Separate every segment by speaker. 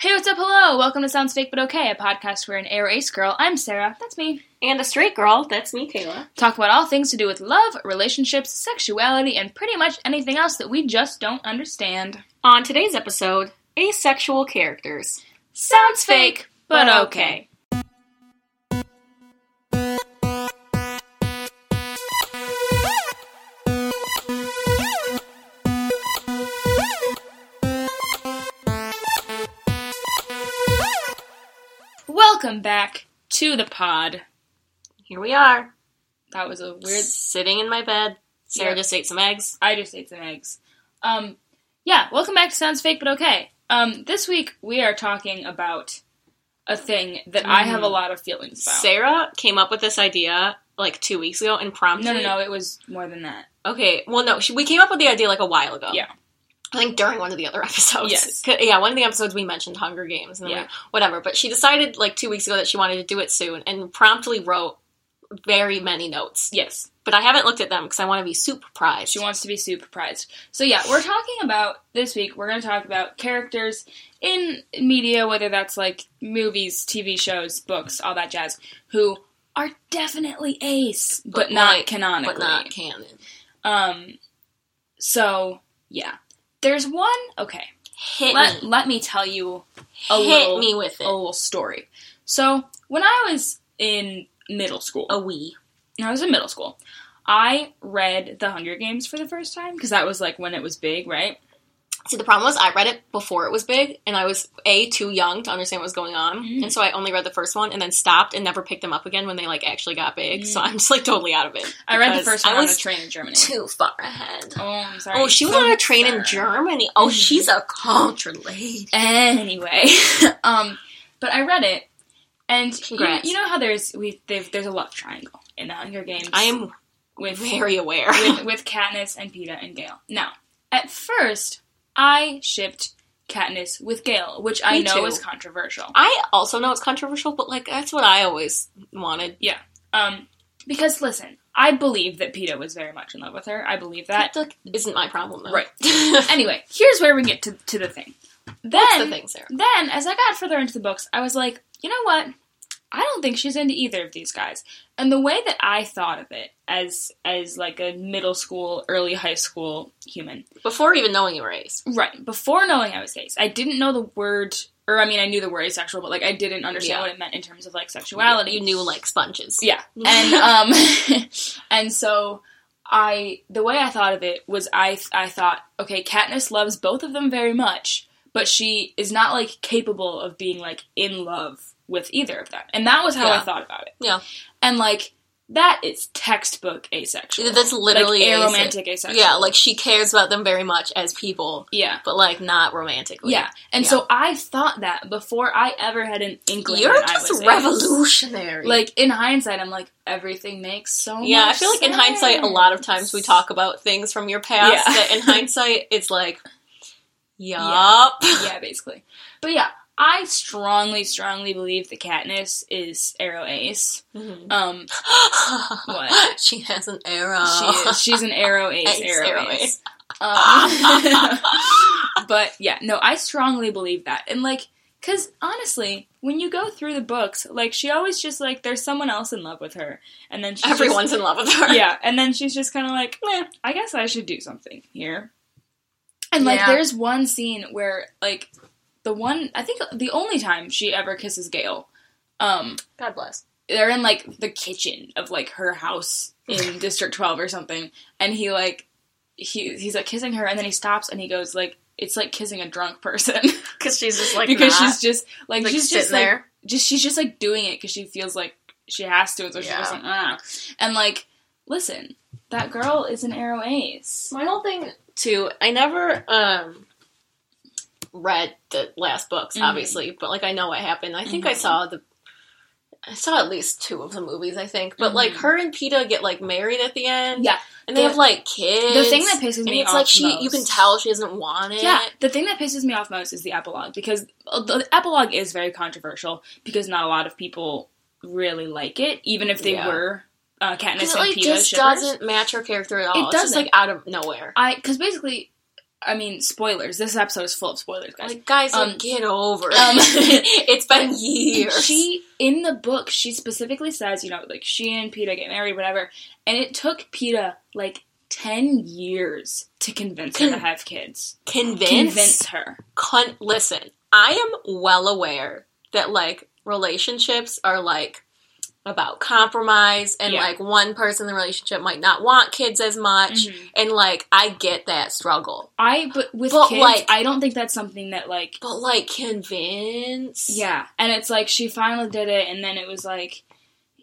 Speaker 1: Hey, what's up? Hello. Welcome to Sounds Fake But Okay, a podcast where an air ace girl, I'm Sarah, that's me,
Speaker 2: And a straight girl, that's me, Kayla.
Speaker 1: talk about all things to do with love, relationships, sexuality, and pretty much anything else that we just don't understand.
Speaker 2: On today's episode, asexual characters.
Speaker 1: Sounds fake, but okay. Welcome back to the pod.
Speaker 2: Here we are.
Speaker 1: That was a
Speaker 2: We're
Speaker 1: weird.
Speaker 2: sitting in my bed. Sarah
Speaker 1: Yeah.
Speaker 2: just ate some eggs.
Speaker 1: I just ate some eggs. Um, yeah, welcome back to Sounds Fake But Okay. Um, this week we are talking about a thing that I have a lot of feelings about.
Speaker 2: Sarah came up with this idea like two weeks ago and prompted.
Speaker 1: No, no, no, it was more than that.
Speaker 2: Okay, well, no, she, we came up with the idea like a while ago.
Speaker 1: Yeah.
Speaker 2: I think during one of the other episodes.
Speaker 1: Yes.
Speaker 2: 'Cause- Yeah, one of the episodes we mentioned Hunger Games and then
Speaker 1: Yeah.
Speaker 2: we- whatever. But she decided like two weeks ago that she wanted to do it soon and promptly wrote very many notes.
Speaker 1: Yes,
Speaker 2: But I haven't looked at them because I want to be surprised.
Speaker 1: she wants to be surprised. So, yeah, we're talking about this week, we're going to talk about characters in media, whether that's like movies, TV shows, books, all that jazz, who are definitely ace, but,
Speaker 2: But
Speaker 1: not
Speaker 2: like-
Speaker 1: canonically.
Speaker 2: but not canon.
Speaker 1: Um, so, yeah. There's one, okay.
Speaker 2: Hit
Speaker 1: let,
Speaker 2: me.
Speaker 1: let me tell you a
Speaker 2: Hit
Speaker 1: little,
Speaker 2: me with it.
Speaker 1: a little story. So, when I was in middle school,
Speaker 2: a wee.
Speaker 1: when I was in middle school, I read The Hunger Games for the first time because that was like when it was big, right?
Speaker 2: See, the problem was I read it before it was big, and I was a too young to understand what was going on,
Speaker 1: Mm.
Speaker 2: and so I only read the first one and then stopped and never picked them up again when they like actually got big. So I'm just like totally out of it.
Speaker 1: Mm. I read the
Speaker 2: because
Speaker 1: first
Speaker 2: I
Speaker 1: one on a
Speaker 2: was
Speaker 1: train in Germany.
Speaker 2: too far ahead.
Speaker 1: Oh, I'm sorry.
Speaker 2: Oh, she was on a train
Speaker 1: Sorry.
Speaker 2: in Germany. Oh,
Speaker 1: Mhm.
Speaker 2: she's a culture lady.
Speaker 1: Anyway, um, but I read it, and you,
Speaker 2: Congrats.
Speaker 1: you know how there's we they've, there's a love triangle in The Hunger Games.
Speaker 2: I am
Speaker 1: with
Speaker 2: very aware.
Speaker 1: with, with Katniss and Peeta and Gale. Now, at first, I shipped Katniss with Gale, which I
Speaker 2: Me
Speaker 1: know
Speaker 2: too.
Speaker 1: is controversial.
Speaker 2: I also know it's controversial, but like that's what I always wanted.
Speaker 1: Um, because listen, I believe that Peeta was very much in love with her. I believe that.
Speaker 2: That like, isn't my problem though.
Speaker 1: Right.
Speaker 2: That's
Speaker 1: Anyway, here's where we get to, to the thing. Then,
Speaker 2: the thing, Sarah.
Speaker 1: then, as I got further into the books, I was like, you know what? I don't think she's into either of these guys. And the way that I thought of it as as like a middle school, early high school human
Speaker 2: Before even knowing you were ace.
Speaker 1: Right. Before knowing I was ace, I didn't know the word, or I mean, I knew the word asexual, but like I didn't understand
Speaker 2: Yeah.
Speaker 1: what it meant in terms of like sexuality.
Speaker 2: You knew like sponges.
Speaker 1: Yeah. And um, and so I, the way I thought of it was, I I thought, okay, Katniss loves both of them very much, but she is not like capable of being like in love with either of them, and that was how I
Speaker 2: Yeah.
Speaker 1: thought about it.
Speaker 2: Yeah.
Speaker 1: And like that is textbook asexual.
Speaker 2: That's literally
Speaker 1: like,
Speaker 2: ace-
Speaker 1: aromantic asexual.
Speaker 2: Yeah, like she cares about them very much as people,
Speaker 1: Yeah.
Speaker 2: but like not romantically.
Speaker 1: Yeah, and
Speaker 2: Yeah.
Speaker 1: so I thought that before I ever had an inkling.
Speaker 2: You're
Speaker 1: that I
Speaker 2: just
Speaker 1: was ace.
Speaker 2: revolutionary.
Speaker 1: Like in hindsight, I'm like everything makes so.
Speaker 2: yeah, I
Speaker 1: much
Speaker 2: feel like in hindsight, a
Speaker 1: sense.
Speaker 2: lot of times we talk about things from your past
Speaker 1: Yeah.
Speaker 2: that in hindsight, it's like, yup.
Speaker 1: yeah, basically. But yeah, I strongly, strongly believe that Katniss is Arrow Ace.
Speaker 2: Mhm.
Speaker 1: Um, What?
Speaker 2: She has an arrow.
Speaker 1: she is, she's an Arrow Ace.
Speaker 2: Oh. Ace,
Speaker 1: Arrow,
Speaker 2: Arrow
Speaker 1: Ace.
Speaker 2: Ace.
Speaker 1: Um, but yeah, no, I strongly believe that, and like, cause honestly, when you go through the books, like she always just like there's someone else in love with her, and then she's just-
Speaker 2: Everyone's in love with her.
Speaker 1: yeah, and then she's just kind of like, "Meh, I guess I should do something here. And like,
Speaker 2: Yeah.
Speaker 1: there's one scene where like the one I think the only time she ever kisses Gail, um,
Speaker 2: God bless.
Speaker 1: they're in like the kitchen of like her house in District Twelve or something, and he like he he's like kissing her, and then he stops and he goes like. It's like kissing a drunk person
Speaker 2: Because she's just like,
Speaker 1: because
Speaker 2: not,
Speaker 1: she's just like,
Speaker 2: like,
Speaker 1: she's
Speaker 2: sitting
Speaker 1: just like
Speaker 2: there.
Speaker 1: just she's just like doing it because she feels like she has to, and so she's
Speaker 2: Yeah.
Speaker 1: just like, ah. And like, listen, that girl is an arrow ace.
Speaker 2: My whole thing too, I never um read the last books,
Speaker 1: Mhm.
Speaker 2: obviously, but like I know what happened. I think I
Speaker 1: Mhm.
Speaker 2: saw the I saw at least two of the movies, I think. But like
Speaker 1: Mhm.
Speaker 2: her and PETA get like married at the end.
Speaker 1: Yeah.
Speaker 2: And they
Speaker 1: The-
Speaker 2: have like kids.
Speaker 1: The thing that pisses
Speaker 2: and
Speaker 1: me
Speaker 2: it's
Speaker 1: off
Speaker 2: like she
Speaker 1: most,
Speaker 2: you can tell she doesn't want it.
Speaker 1: Yeah, the thing that pisses me off most is the epilogue because the epilogue is very controversial because not a lot of people really like it, even if they
Speaker 2: Yeah.
Speaker 1: were uh, Katniss
Speaker 2: Because
Speaker 1: and
Speaker 2: it like
Speaker 1: Peeta
Speaker 2: just
Speaker 1: shippers.
Speaker 2: doesn't match her character at all.
Speaker 1: It
Speaker 2: it's just
Speaker 1: doesn't.
Speaker 2: like out of nowhere.
Speaker 1: I because basically I mean, spoilers. This episode is full of spoilers, guys.
Speaker 2: Like, guys, like,
Speaker 1: Um,
Speaker 2: get over it.
Speaker 1: um,
Speaker 2: it's been years.
Speaker 1: She in the book, she specifically says, you know, like she and PETA get married, whatever. And it took PETA like ten years to convince her to have kids.
Speaker 2: convince,
Speaker 1: Convince her.
Speaker 2: Con- listen, I am well aware that like relationships are like about compromise and
Speaker 1: Yeah.
Speaker 2: like one person in the relationship might not want kids as much
Speaker 1: Mhm.
Speaker 2: and like I get that struggle.
Speaker 1: I but with
Speaker 2: But,
Speaker 1: kids,
Speaker 2: like-
Speaker 1: I don't think that's something that like
Speaker 2: But like convince
Speaker 1: yeah. And it's like she finally did it, and then it was like.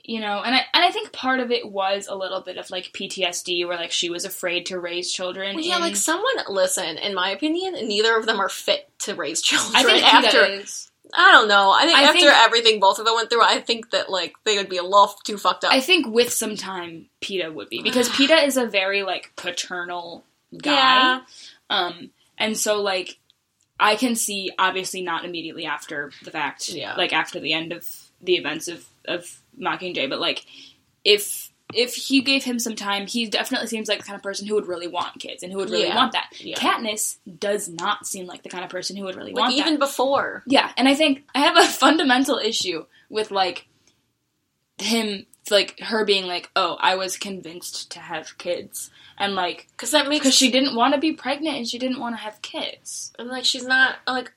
Speaker 1: You know, and I and I think part of it was a little bit of like PTSD, where like she was afraid to raise children.
Speaker 2: Well, yeah,
Speaker 1: in-
Speaker 2: like someone listen, in my opinion, neither of them are fit to raise children
Speaker 1: I think PETA
Speaker 2: after
Speaker 1: is.
Speaker 2: I don't know. I think
Speaker 1: I
Speaker 2: after
Speaker 1: think-
Speaker 2: everything both of them went through, I think that like they would be a little too fucked up.
Speaker 1: I think with some time, PETA would be because PETA is a very like paternal guy,
Speaker 2: Yeah.
Speaker 1: um, and so like I can see obviously not immediately after the fact,
Speaker 2: Yeah.
Speaker 1: like after the end of the events of of Mockingjay, but like if if he gave him some time, he definitely seems like the kind of person who would really want kids and who would really
Speaker 2: Yeah.
Speaker 1: want that.
Speaker 2: Yeah.
Speaker 1: Katniss does not seem like the kind of person who would really
Speaker 2: like
Speaker 1: want that.
Speaker 2: even before.
Speaker 1: Yeah, and I think I have a fundamental issue with like him like her being like, "Oh, I was convinced to have kids." And like
Speaker 2: Because that makes
Speaker 1: because she didn't want to be pregnant and she didn't want to have kids.
Speaker 2: and like she's not like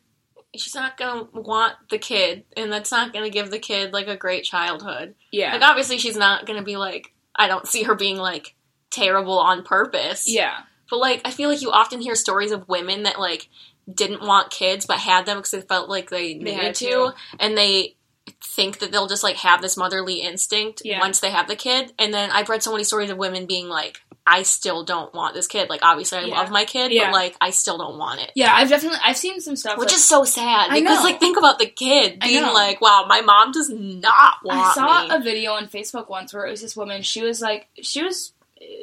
Speaker 2: she's not gonna want the kid and that's not gonna give the kid like a great childhood
Speaker 1: Yeah.
Speaker 2: like obviously she's not gonna be like i don't see her being like terrible on purpose
Speaker 1: yeah.
Speaker 2: but like i feel like you often hear stories of women that like didn't want kids but had them because they felt like they needed
Speaker 1: had
Speaker 2: to,
Speaker 1: to.
Speaker 2: and they think that they'll just like have this motherly instinct
Speaker 1: Yeah.
Speaker 2: once they have the kid and then i've read so many stories of women being like i still don't want this kid like obviously i
Speaker 1: Yeah.
Speaker 2: love my kid
Speaker 1: Yeah.
Speaker 2: but like i still don't want it
Speaker 1: Yeah, I've definitely I've seen some stuff
Speaker 2: which
Speaker 1: like-
Speaker 2: is so sad
Speaker 1: I
Speaker 2: because
Speaker 1: know.
Speaker 2: like think about the kid
Speaker 1: I
Speaker 2: being
Speaker 1: know.
Speaker 2: like wow my mom does not want
Speaker 1: I saw
Speaker 2: me
Speaker 1: a video on Facebook once where it was this woman. She was like, she was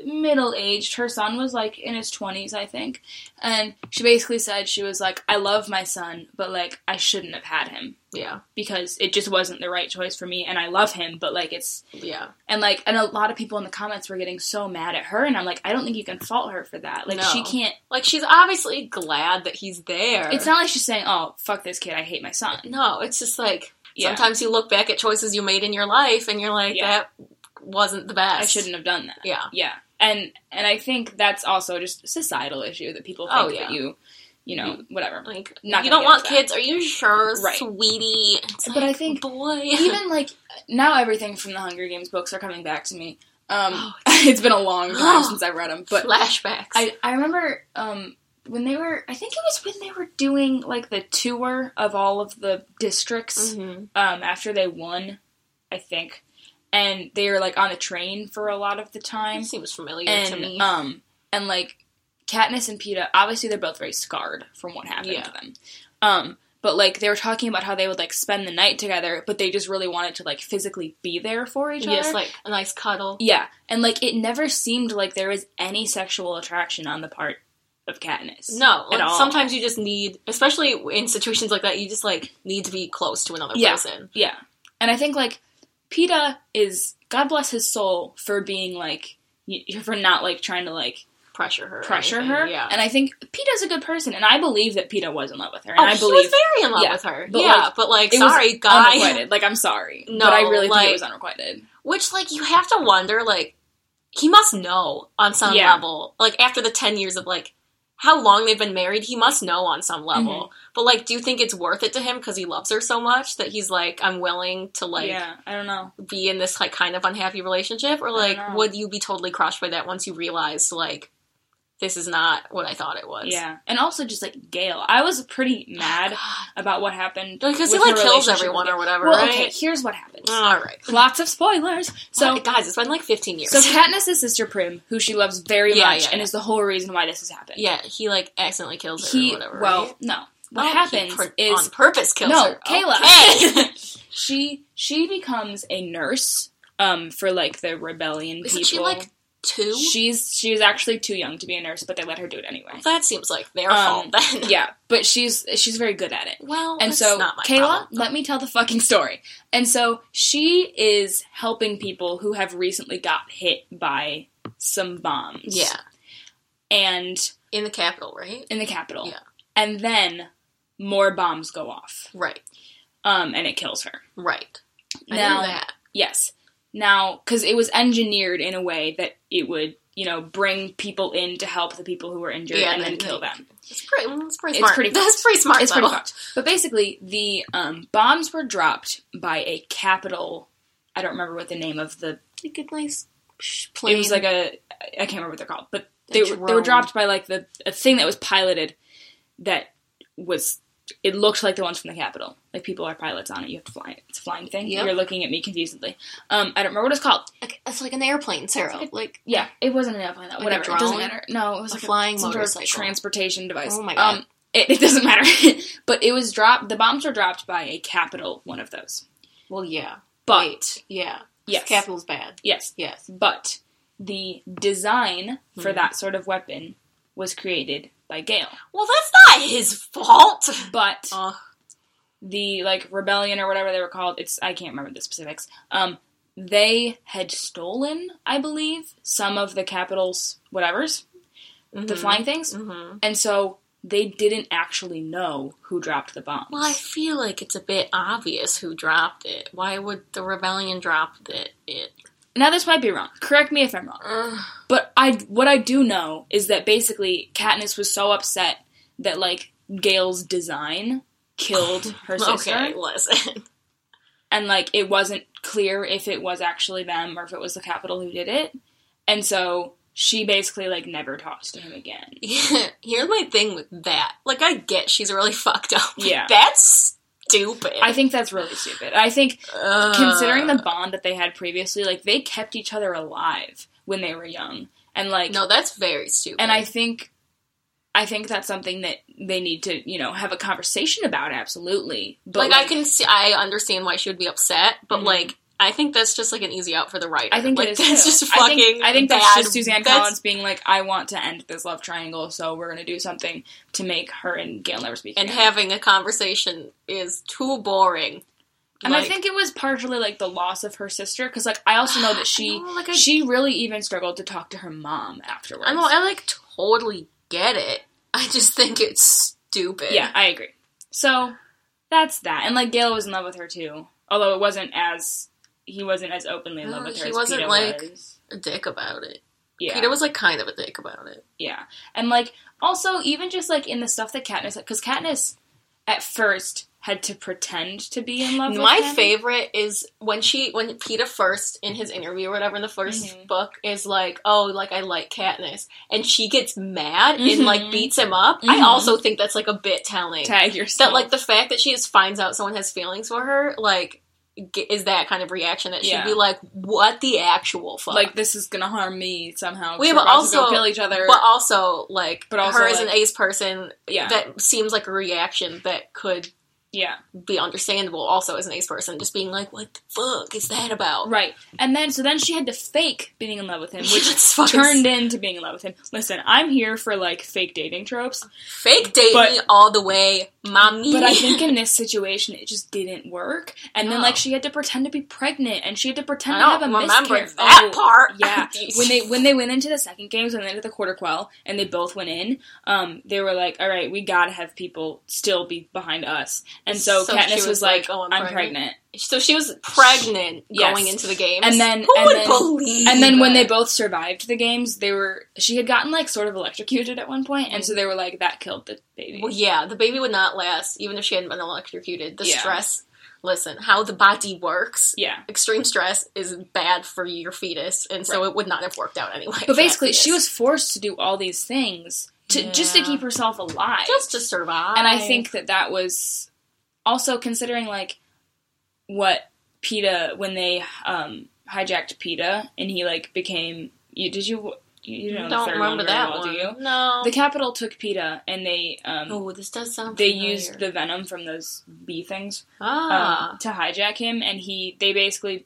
Speaker 1: middle aged. Her son was like in his 20s, I think. And she basically said, she was like, I love my son, but like, I shouldn't have had him.
Speaker 2: yeah
Speaker 1: because it just wasn't the right choice for me and I love him but like it's
Speaker 2: yeah
Speaker 1: and like and a lot of people in the comments were getting so mad at her and I'm like I don't think you can fault her for that like
Speaker 2: No.
Speaker 1: she can't
Speaker 2: like she's obviously glad that he's there
Speaker 1: it's not like she's saying oh fuck this kid I hate my son
Speaker 2: no it's just like
Speaker 1: Yeah.
Speaker 2: sometimes you look back at choices you made in your life and you're like
Speaker 1: Yeah.
Speaker 2: that wasn't the best
Speaker 1: I shouldn't have done that
Speaker 2: yeah
Speaker 1: yeah and and I think that's also just a societal issue that people think
Speaker 2: Oh, yeah. Mm-hmm.
Speaker 1: that you you know whatever
Speaker 2: like
Speaker 1: Not
Speaker 2: you
Speaker 1: gonna
Speaker 2: don't
Speaker 1: get
Speaker 2: want
Speaker 1: into that.
Speaker 2: kids are you sure
Speaker 1: Right.
Speaker 2: sweetie It's
Speaker 1: But I
Speaker 2: like,
Speaker 1: think
Speaker 2: boy
Speaker 1: even like now everything from the Hunger Games books are coming back to me um
Speaker 2: Oh.
Speaker 1: it's been a long time since I've read them but
Speaker 2: flashbacks
Speaker 1: I, I remember um, when they were I think it was when they were doing like the tour of all of the districts
Speaker 2: Mhm.
Speaker 1: um, after they won, I think, and they were like on the train for a lot of the time
Speaker 2: It seems familiar to
Speaker 1: and
Speaker 2: me
Speaker 1: um and like Katniss and Peeta, obviously they're both very scarred from what happened
Speaker 2: Yeah.
Speaker 1: to them. Um, but like they were talking about how they would like spend the night together, but they just really wanted to like physically be there for each
Speaker 2: yes
Speaker 1: other.
Speaker 2: like a nice cuddle
Speaker 1: Yeah, and like it never seemed like there was any sexual attraction on the part of Katniss.
Speaker 2: No,
Speaker 1: at
Speaker 2: like,
Speaker 1: all.
Speaker 2: sometimes you just need, especially in situations like that, you just like need to be close to another
Speaker 1: Yeah.
Speaker 2: person.
Speaker 1: Yeah, and I think like Peta is God bless his soul for being like y- for not like trying to like
Speaker 2: Pressure her, or
Speaker 1: pressure
Speaker 2: anything,
Speaker 1: her.
Speaker 2: Yeah,
Speaker 1: And I think Peta's a good person, and I believe that Peta was in love with her, and
Speaker 2: oh,
Speaker 1: I
Speaker 2: he
Speaker 1: believe
Speaker 2: was very in love
Speaker 1: yeah,
Speaker 2: with her.
Speaker 1: but,
Speaker 2: yeah,
Speaker 1: like,
Speaker 2: but like,
Speaker 1: it was
Speaker 2: sorry, guy.
Speaker 1: unrequited. Like I'm sorry,
Speaker 2: No,
Speaker 1: but I really think
Speaker 2: like-
Speaker 1: it was unrequited.
Speaker 2: Which like you have to wonder, like he must know on some
Speaker 1: Yeah.
Speaker 2: level. Like after the ten years of like how long they've been married, he must know on some level.
Speaker 1: Mm-hmm.
Speaker 2: But like, do you think it's worth it to him because he loves her so much that he's like, I'm willing to like.
Speaker 1: yeah, I don't know.
Speaker 2: be in this like kind of unhappy relationship or
Speaker 1: don't
Speaker 2: like
Speaker 1: know.
Speaker 2: would you be totally crushed by that once you realized like this is not what i thought it was
Speaker 1: Yeah, and also just like Gail, I was pretty mad about what happened
Speaker 2: because he
Speaker 1: with
Speaker 2: like
Speaker 1: her
Speaker 2: kills
Speaker 1: relationship
Speaker 2: everyone
Speaker 1: with
Speaker 2: or whatever
Speaker 1: Well,
Speaker 2: right
Speaker 1: okay, here's what happened.
Speaker 2: all right
Speaker 1: Lots of spoilers.
Speaker 2: so
Speaker 1: So,
Speaker 2: guys it's been like 15 years
Speaker 1: so Katniss's sister Prim, who she loves very
Speaker 2: Yeah,
Speaker 1: much,
Speaker 2: yeah,
Speaker 1: and
Speaker 2: yeah.
Speaker 1: is the whole reason why this has happened.
Speaker 2: yeah he like accidentally kills her
Speaker 1: he
Speaker 2: or whatever
Speaker 1: well,
Speaker 2: right?
Speaker 1: no. What
Speaker 2: Oh, he
Speaker 1: happens
Speaker 2: pur-
Speaker 1: is
Speaker 2: on purpose kills
Speaker 1: no,
Speaker 2: her
Speaker 1: Kayla.
Speaker 2: okay.
Speaker 1: she she becomes a nurse um for like the rebellion
Speaker 2: isn't
Speaker 1: people.
Speaker 2: she like two
Speaker 1: she's she's actually too young to be a nurse, but they let her do it anyway.
Speaker 2: that seems like their
Speaker 1: Um,
Speaker 2: fault then
Speaker 1: yeah, but she's she's very good at it.
Speaker 2: well
Speaker 1: And
Speaker 2: that's
Speaker 1: so,
Speaker 2: not my
Speaker 1: Kayla,
Speaker 2: problem.
Speaker 1: let me tell the fucking story. And so, she is helping people who have recently got hit by some bombs.
Speaker 2: yeah
Speaker 1: And
Speaker 2: in the capital, right?
Speaker 1: in the capital.
Speaker 2: Yeah.
Speaker 1: And then more bombs go off.
Speaker 2: Right,
Speaker 1: Um, and it kills her.
Speaker 2: right. I
Speaker 1: Now-
Speaker 2: knew that.
Speaker 1: Yes. Now, because it was engineered in a way that it would, you know, bring people in to help the people who were injured
Speaker 2: Yeah,
Speaker 1: and then
Speaker 2: and-
Speaker 1: kill them.
Speaker 2: It's pretty. It's pretty
Speaker 1: It's
Speaker 2: smart.
Speaker 1: pretty
Speaker 2: That's pretty smart.
Speaker 1: It's pretty
Speaker 2: though.
Speaker 1: fucked. But basically, the um, bombs were dropped by a capital. I don't remember what the name of the.
Speaker 2: Like a nice sh-
Speaker 1: It
Speaker 2: plane.
Speaker 1: was like a. I can't remember what they're called, but they were, they were
Speaker 2: drone.
Speaker 1: dropped by like the a thing that was piloted that was. It looked like the ones from the capital. Like people are pilots on it. You have to fly it. It's a flying thing.
Speaker 2: Yep.
Speaker 1: You're looking at me confusedly. Um, I don't remember what it's called.
Speaker 2: Like- it's like an airplane, Sarah.
Speaker 1: It's like
Speaker 2: Like,
Speaker 1: Yeah, it wasn't an airplane. Though.
Speaker 2: Like a
Speaker 1: Whatever, it doesn't
Speaker 2: drone?
Speaker 1: matter. No, it was
Speaker 2: A
Speaker 1: like
Speaker 2: flying
Speaker 1: some
Speaker 2: motorcycle.
Speaker 1: sort of transportation device.
Speaker 2: Oh my God.
Speaker 1: Um, it, it doesn't matter. but it was dropped. The bombs were dropped by a capital one of those.
Speaker 2: well, yeah,
Speaker 1: But
Speaker 2: Wait, yeah,
Speaker 1: yes,
Speaker 2: capital's bad.
Speaker 1: yes,
Speaker 2: Yes,
Speaker 1: but the design for
Speaker 2: Mhm.
Speaker 1: that sort of weapon was created by Gale.
Speaker 2: well, that's not his fault.
Speaker 1: But
Speaker 2: Uh,
Speaker 1: the like rebellion or whatever they were called. It's I can't remember the specifics. Um, they had stolen, I believe, some of the capital's whatever's the flying things.
Speaker 2: hmm
Speaker 1: And so they didn't actually know who dropped the bombs.
Speaker 2: Well, I feel like it's a bit obvious who dropped it. Why would the rebellion drop it? It.
Speaker 1: Now this might be wrong. Correct me if I'm wrong.
Speaker 2: Ugh.
Speaker 1: But I what I do know is that basically Katniss was so upset that like Gail's design killed her sister
Speaker 2: okay, listen.
Speaker 1: and like it wasn't clear if it was actually them or if it was the capital who did it. And so she basically like never talks to him again.
Speaker 2: Here's my thing with that. Like, I get she's really fucked up.
Speaker 1: Yeah.
Speaker 2: that's stupid.
Speaker 1: I think that's really stupid. I think
Speaker 2: Ugh.
Speaker 1: considering
Speaker 2: Uh.
Speaker 1: the bond that they had previously, like they kept each other alive when they were young, and like,
Speaker 2: no, that's very stupid.
Speaker 1: and I think, I think that's something that they need to, you know, have a conversation about. Absolutely, but
Speaker 2: like, I can see, I understand why she would be upset, but
Speaker 1: Mhm.
Speaker 2: like, I think that's just like an easy out for the writer.
Speaker 1: I think
Speaker 2: like,
Speaker 1: it is
Speaker 2: that's
Speaker 1: too.
Speaker 2: just
Speaker 1: I
Speaker 2: fucking.
Speaker 1: think- I think that's
Speaker 2: bad.
Speaker 1: just Suzanne
Speaker 2: That's-
Speaker 1: Collins being like, I want to end this love triangle, so we're gonna do something to make her and Gail never speak
Speaker 2: And
Speaker 1: again.
Speaker 2: having a conversation is too boring.
Speaker 1: and I
Speaker 2: Like,
Speaker 1: think it was partially like the loss of her sister, because like I also know that she
Speaker 2: I know, like, I-
Speaker 1: she really even struggled to talk to her mom afterwards.
Speaker 2: I know, I like totally get it. I just think it's stupid.
Speaker 1: Yeah, I agree. So that's that. And like Gail was in love with her too, although it wasn't as he wasn't as openly in love
Speaker 2: Uh,
Speaker 1: with her.
Speaker 2: he
Speaker 1: as
Speaker 2: wasn't,
Speaker 1: Peeta
Speaker 2: like-
Speaker 1: was.
Speaker 2: A dick about it.
Speaker 1: yeah,
Speaker 2: Peter was like kind of a dick about it.
Speaker 1: yeah, and like also even just like in the stuff that Katniss, because Katniss at first had to pretend to be in love.
Speaker 2: My
Speaker 1: with him.
Speaker 2: favorite is when she when Peter first in his interview or whatever in the 1st
Speaker 1: Mhm.
Speaker 2: book is like, oh, like I like Katniss, and she gets mad
Speaker 1: Mhm.
Speaker 2: and like beats him up. I
Speaker 1: Mhm.
Speaker 2: also think that's like a bit telling.
Speaker 1: tag
Speaker 2: that
Speaker 1: yourself
Speaker 2: like the fact that she just finds out someone has feelings for her, like, g- is that kind of reaction that she'd
Speaker 1: Yeah.
Speaker 2: be like, what the actual fuck?
Speaker 1: like this is gonna harm me somehow.
Speaker 2: Well, yeah,
Speaker 1: so we're
Speaker 2: but
Speaker 1: about to go
Speaker 2: also-
Speaker 1: kill each other.
Speaker 2: but also like,
Speaker 1: But also,
Speaker 2: her as an
Speaker 1: like-
Speaker 2: ace person,
Speaker 1: yeah,
Speaker 2: that seems like a reaction that could
Speaker 1: yeah.
Speaker 2: be understandable. Also, as an ace person, just being like, what the fuck is that about?
Speaker 1: Right. And then so then she had to fake being in love with him, which
Speaker 2: It's fucking
Speaker 1: turned into being in love with him. Listen, I'm here for like fake dating tropes,
Speaker 2: Fake date
Speaker 1: But-
Speaker 2: me all the way, mommy.
Speaker 1: but I think in this situation it just didn't work. And then
Speaker 2: No.
Speaker 1: like she had to pretend to be pregnant and she had to pretend
Speaker 2: I
Speaker 1: to have a
Speaker 2: don't remember
Speaker 1: miscarriage.
Speaker 2: that
Speaker 1: Oh,
Speaker 2: part.
Speaker 1: Yeah,
Speaker 2: Jeez.
Speaker 1: when they when they went into the second games, when they into the quarter quell, and they both went in, um, they were like, "All right, we gotta have people still be behind us." And so,
Speaker 2: So she
Speaker 1: Katniss was,
Speaker 2: was
Speaker 1: like,
Speaker 2: like, "Oh,
Speaker 1: I'm,
Speaker 2: I'm
Speaker 1: pregnant."
Speaker 2: pregnant." so she was pregnant
Speaker 1: Yes.
Speaker 2: going into the games,
Speaker 1: And then-
Speaker 2: who
Speaker 1: and
Speaker 2: would
Speaker 1: then-
Speaker 2: believe?
Speaker 1: And then when they
Speaker 2: it?
Speaker 1: both survived the games, they were she had gotten like sort of electrocuted at one point, and so they were like, "That killed the baby."
Speaker 2: Well, yeah, the baby would not last, even if she hadn't been electrocuted. The
Speaker 1: Yeah.
Speaker 2: stress, listen, how the body works,
Speaker 1: yeah.
Speaker 2: extreme stress is bad for your fetus, and so it would not have worked out anyway. for
Speaker 1: But
Speaker 2: that
Speaker 1: basically, she
Speaker 2: fetus.
Speaker 1: was forced to do all these things to just to
Speaker 2: Yeah.
Speaker 1: keep herself alive.
Speaker 2: just to survive.
Speaker 1: and I think that that was also considering like what PETA when they um, hijacked PETA and he like became you did you you know
Speaker 2: I
Speaker 1: the
Speaker 2: don't
Speaker 1: third
Speaker 2: remember
Speaker 1: one very
Speaker 2: that
Speaker 1: well,
Speaker 2: one.
Speaker 1: do you?
Speaker 2: No.
Speaker 1: The Capitol took PETA and they um,
Speaker 2: oh, this does sound.
Speaker 1: they
Speaker 2: familiar.
Speaker 1: used the venom from those bee things um,
Speaker 2: ah.
Speaker 1: to hijack him and he they basically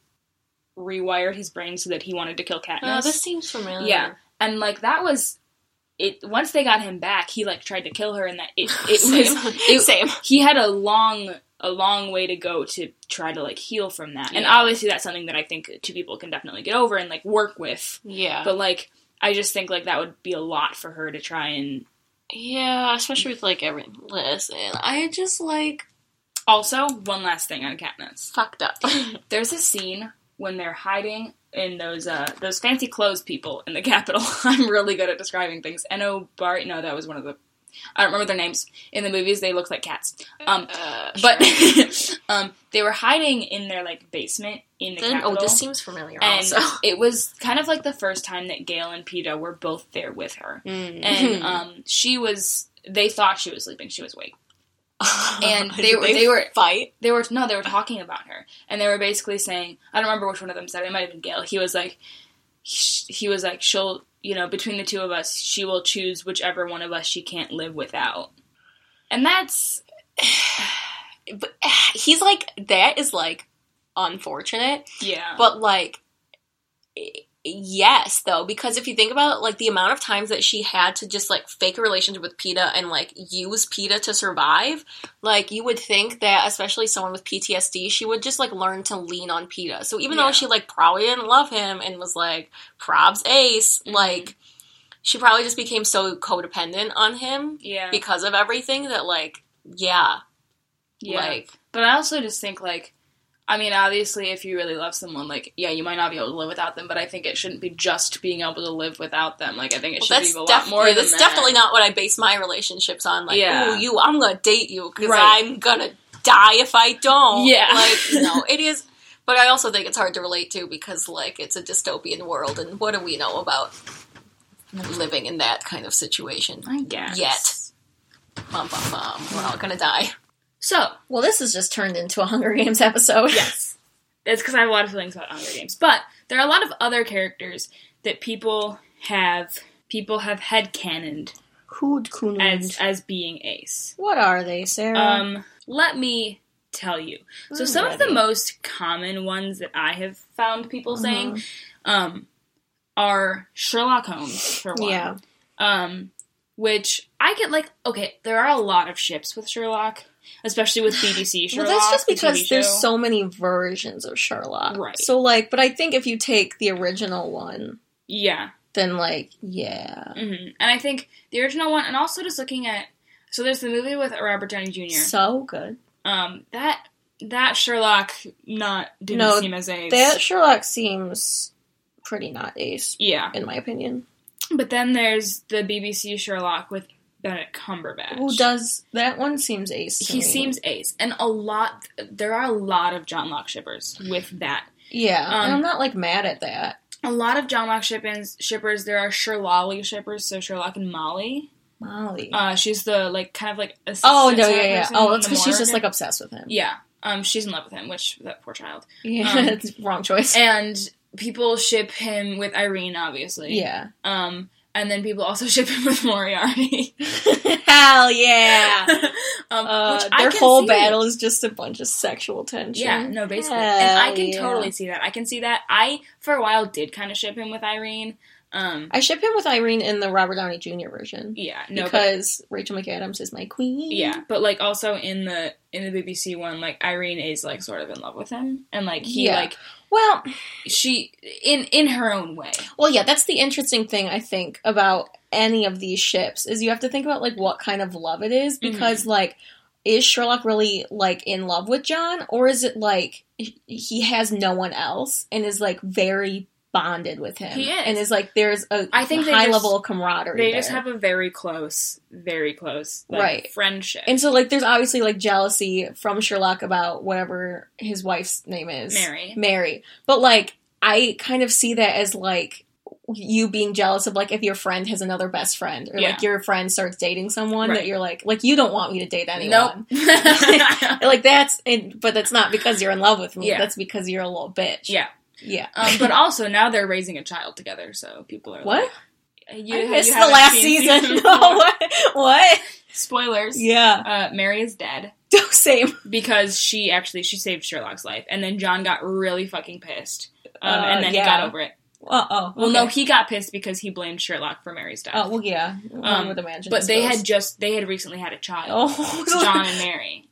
Speaker 1: rewired his brain so that he wanted to kill Katniss.
Speaker 2: Oh, this seems familiar.
Speaker 1: Yeah. and like that was it once they got him back he like tried to kill her and that it, it was it-
Speaker 2: same.
Speaker 1: he had a long a long way to go to try to like heal from that and
Speaker 2: Yeah.
Speaker 1: obviously that's something that i think two people can definitely get over and like work with
Speaker 2: Yeah.
Speaker 1: but like i just think like that would be a lot for her to try and
Speaker 2: Yeah, especially with like everything. Listen, I just like
Speaker 1: Also, one last thing on Katniss.
Speaker 2: fucked up.
Speaker 1: There's a scene when they're hiding in those uh those fancy clothes people in the Capitol. I'm really good at describing things. Eno Bart. No, that was one of the. I don't remember their names. In the movies, they look like cats. Um,
Speaker 2: Uh, sure.
Speaker 1: but um, they were hiding in their like basement in the
Speaker 2: then,
Speaker 1: Capitol.
Speaker 2: oh, this seems familiar.
Speaker 1: and
Speaker 2: also,
Speaker 1: it was kind of like the first time that Gail and Peta were both there with her. And
Speaker 2: and
Speaker 1: um, she was. They thought she was sleeping. She was awake. and they were- they were-
Speaker 2: fight.
Speaker 1: They were no. They were talking about her, and they were basically saying. I don't remember which one of them said it. It might have been Gail. He was like, he, he was like, she'll. You know, between the two of us, she will choose whichever one of us she can't live without. And that's
Speaker 2: But he's like that is like unfortunate,
Speaker 1: yeah.
Speaker 2: but like i- yes though because if you think about it, like the amount of times that she had to just like fake a relationship with PETA and like use PETA to survive, like you would think that especially someone with PTSD, she would just like learn to lean on PETA. So even
Speaker 1: Yeah.
Speaker 2: though she like probably didn't love him and was like probs ace,
Speaker 1: Mhm.
Speaker 2: like she probably just became so codependent on him
Speaker 1: yeah.
Speaker 2: because of everything that like yeah,
Speaker 1: yeah.
Speaker 2: like
Speaker 1: But I also just think like, I mean, obviously, if you really love someone, like, yeah, you might not be able to live without them. But I think it shouldn't be just being able to live without them. Like, I think it
Speaker 2: well,
Speaker 1: should
Speaker 2: that's
Speaker 1: be a lot
Speaker 2: definitely
Speaker 1: more. than
Speaker 2: that's
Speaker 1: that.
Speaker 2: definitely not what I base my relationships on. Like,
Speaker 1: Yeah.
Speaker 2: ooh, you, I'm gonna date you because
Speaker 1: Right.
Speaker 2: I'm gonna die if I don't.
Speaker 1: Yeah.
Speaker 2: like no, it is. But I also think it's hard to relate to because like it's a dystopian world, and what do we know about living in that kind of situation?
Speaker 1: I guess.
Speaker 2: Bum, bum, bum. We're all gonna die.
Speaker 1: So
Speaker 2: Well, this has just turned into a Hunger Games episode.
Speaker 1: yes, that's because I have a lot of feelings about Hunger Games. But there are a lot of other characters that people have people have headcanoned
Speaker 2: Hood Mm-hmm.
Speaker 1: as as being Ace.
Speaker 2: What are they, Sarah?
Speaker 1: Um, let me tell you. So
Speaker 2: I'm
Speaker 1: some of the
Speaker 2: ready.
Speaker 1: most common ones that I have found people
Speaker 3: Uh-huh.
Speaker 1: saying um, are Sherlock Holmes for one.
Speaker 2: yeah.
Speaker 1: Um, which I get like okay, there are a lot of ships with Sherlock, especially with BBC
Speaker 3: Well,
Speaker 1: Sherlock.
Speaker 3: that's just
Speaker 1: the TV
Speaker 3: because there's
Speaker 1: show.
Speaker 3: so many versions of Sherlock.
Speaker 1: Right.
Speaker 3: So, like, but I think if you take the original one,
Speaker 1: yeah,
Speaker 3: then, like, yeah.
Speaker 1: hmm and I think the original one, and also just looking at so there's the movie with Robert Downey Jr.
Speaker 3: So good.
Speaker 1: um, that that Sherlock not didn't
Speaker 3: No,
Speaker 1: seem as ace.
Speaker 3: That Sherlock seems pretty not ace,
Speaker 1: yeah,
Speaker 3: in my opinion.
Speaker 1: but then there's the BBC Sherlock with Benedict Cumberbatch.
Speaker 3: Who does that one seems ace? to
Speaker 1: he
Speaker 3: me.
Speaker 1: seems ace and a lot there are a lot of john locke shippers with that
Speaker 3: Yeah. and
Speaker 1: um,
Speaker 3: I'm not, like, mad at that.
Speaker 1: a lot of john locke shippers shippers there are sherlock shippers so sherlock and molly
Speaker 3: Molly.
Speaker 1: uh she's the like kind of like assistant
Speaker 3: oh, no,
Speaker 1: type
Speaker 3: yeah, yeah.
Speaker 1: person
Speaker 3: Oh,
Speaker 1: in
Speaker 3: that's
Speaker 1: the
Speaker 3: because she's just,
Speaker 1: morgue.
Speaker 3: like, obsessed with him.
Speaker 1: yeah um she's in love with him which that poor child
Speaker 3: Yeah.
Speaker 1: Um,
Speaker 3: it's wrong choice.
Speaker 1: and people ship him with irene obviously
Speaker 3: yeah.
Speaker 1: um and then people also ship him with moriarty
Speaker 3: Hell yeah.
Speaker 1: um,
Speaker 3: Uh,
Speaker 1: which I
Speaker 3: their
Speaker 1: can
Speaker 3: whole
Speaker 1: see.
Speaker 3: battle is just a bunch of sexual tension.
Speaker 1: Yeah, no, basically. and I can
Speaker 3: Hell yeah.
Speaker 1: totally see that. I can see that. I, for a while, did kind of ship him with Irene. Um,
Speaker 3: I ship him with Irene in the Robert Downey Jr. version
Speaker 1: yeah, no, but,
Speaker 3: because Rachel McAdams is my queen.
Speaker 1: yeah, but like also in the in the BBC one, like Irene is like sort of in love with him, and like he
Speaker 3: Yeah.
Speaker 1: like
Speaker 3: Well,
Speaker 1: she in in her own way.
Speaker 3: well, yeah. That's the interesting thing I think about any of these ships is you have to think about like what kind of love it is
Speaker 1: Mm-hmm.
Speaker 3: because like is Sherlock really like in love with John or is it like h- he has no one else and is like very bonded with him
Speaker 1: He is.
Speaker 3: and is like there's a
Speaker 1: I think they
Speaker 3: high
Speaker 1: just-
Speaker 3: level of camaraderie.
Speaker 1: They just
Speaker 3: there.
Speaker 1: have a very close, very close like,
Speaker 3: Right.
Speaker 1: friendship.
Speaker 3: And so, like, there's obviously like jealousy from Sherlock about whatever his wife's name is,
Speaker 1: Mary.
Speaker 3: Mary. But like, I kind of see that as like you being jealous of like if your friend has another best friend, or
Speaker 1: Yeah.
Speaker 3: like your friend starts dating someone
Speaker 1: Right.
Speaker 3: that you're like, like you don't want me to date anyone.
Speaker 1: nope.
Speaker 3: like that's, and, but that's not because you're in love with me.
Speaker 1: Yeah.
Speaker 3: That's because you're a little bitch.
Speaker 1: Yeah.
Speaker 3: yeah.
Speaker 1: um, but also now they're raising a child together, so people are
Speaker 3: What?
Speaker 1: Like, you,
Speaker 3: I
Speaker 1: you
Speaker 3: missed the
Speaker 1: haven't
Speaker 3: last
Speaker 1: seen
Speaker 3: season. no,
Speaker 1: four.
Speaker 3: what? What?
Speaker 1: Spoilers.
Speaker 3: Yeah.
Speaker 1: Uh, Mary is dead.
Speaker 3: Same.
Speaker 1: because she actually she saved Sherlock's life, and then John got really fucking pissed, um,
Speaker 3: Uh,
Speaker 1: and then he
Speaker 3: yeah.
Speaker 1: got over it.
Speaker 3: Uh oh.
Speaker 1: Well, no, he got pissed because he blamed Sherlock for Mary's death.
Speaker 3: Oh well, yeah.
Speaker 1: Um,
Speaker 3: One would imagine.
Speaker 1: but they
Speaker 3: suppose.
Speaker 1: had just they had recently had a child,
Speaker 3: Oh,
Speaker 1: John and Mary,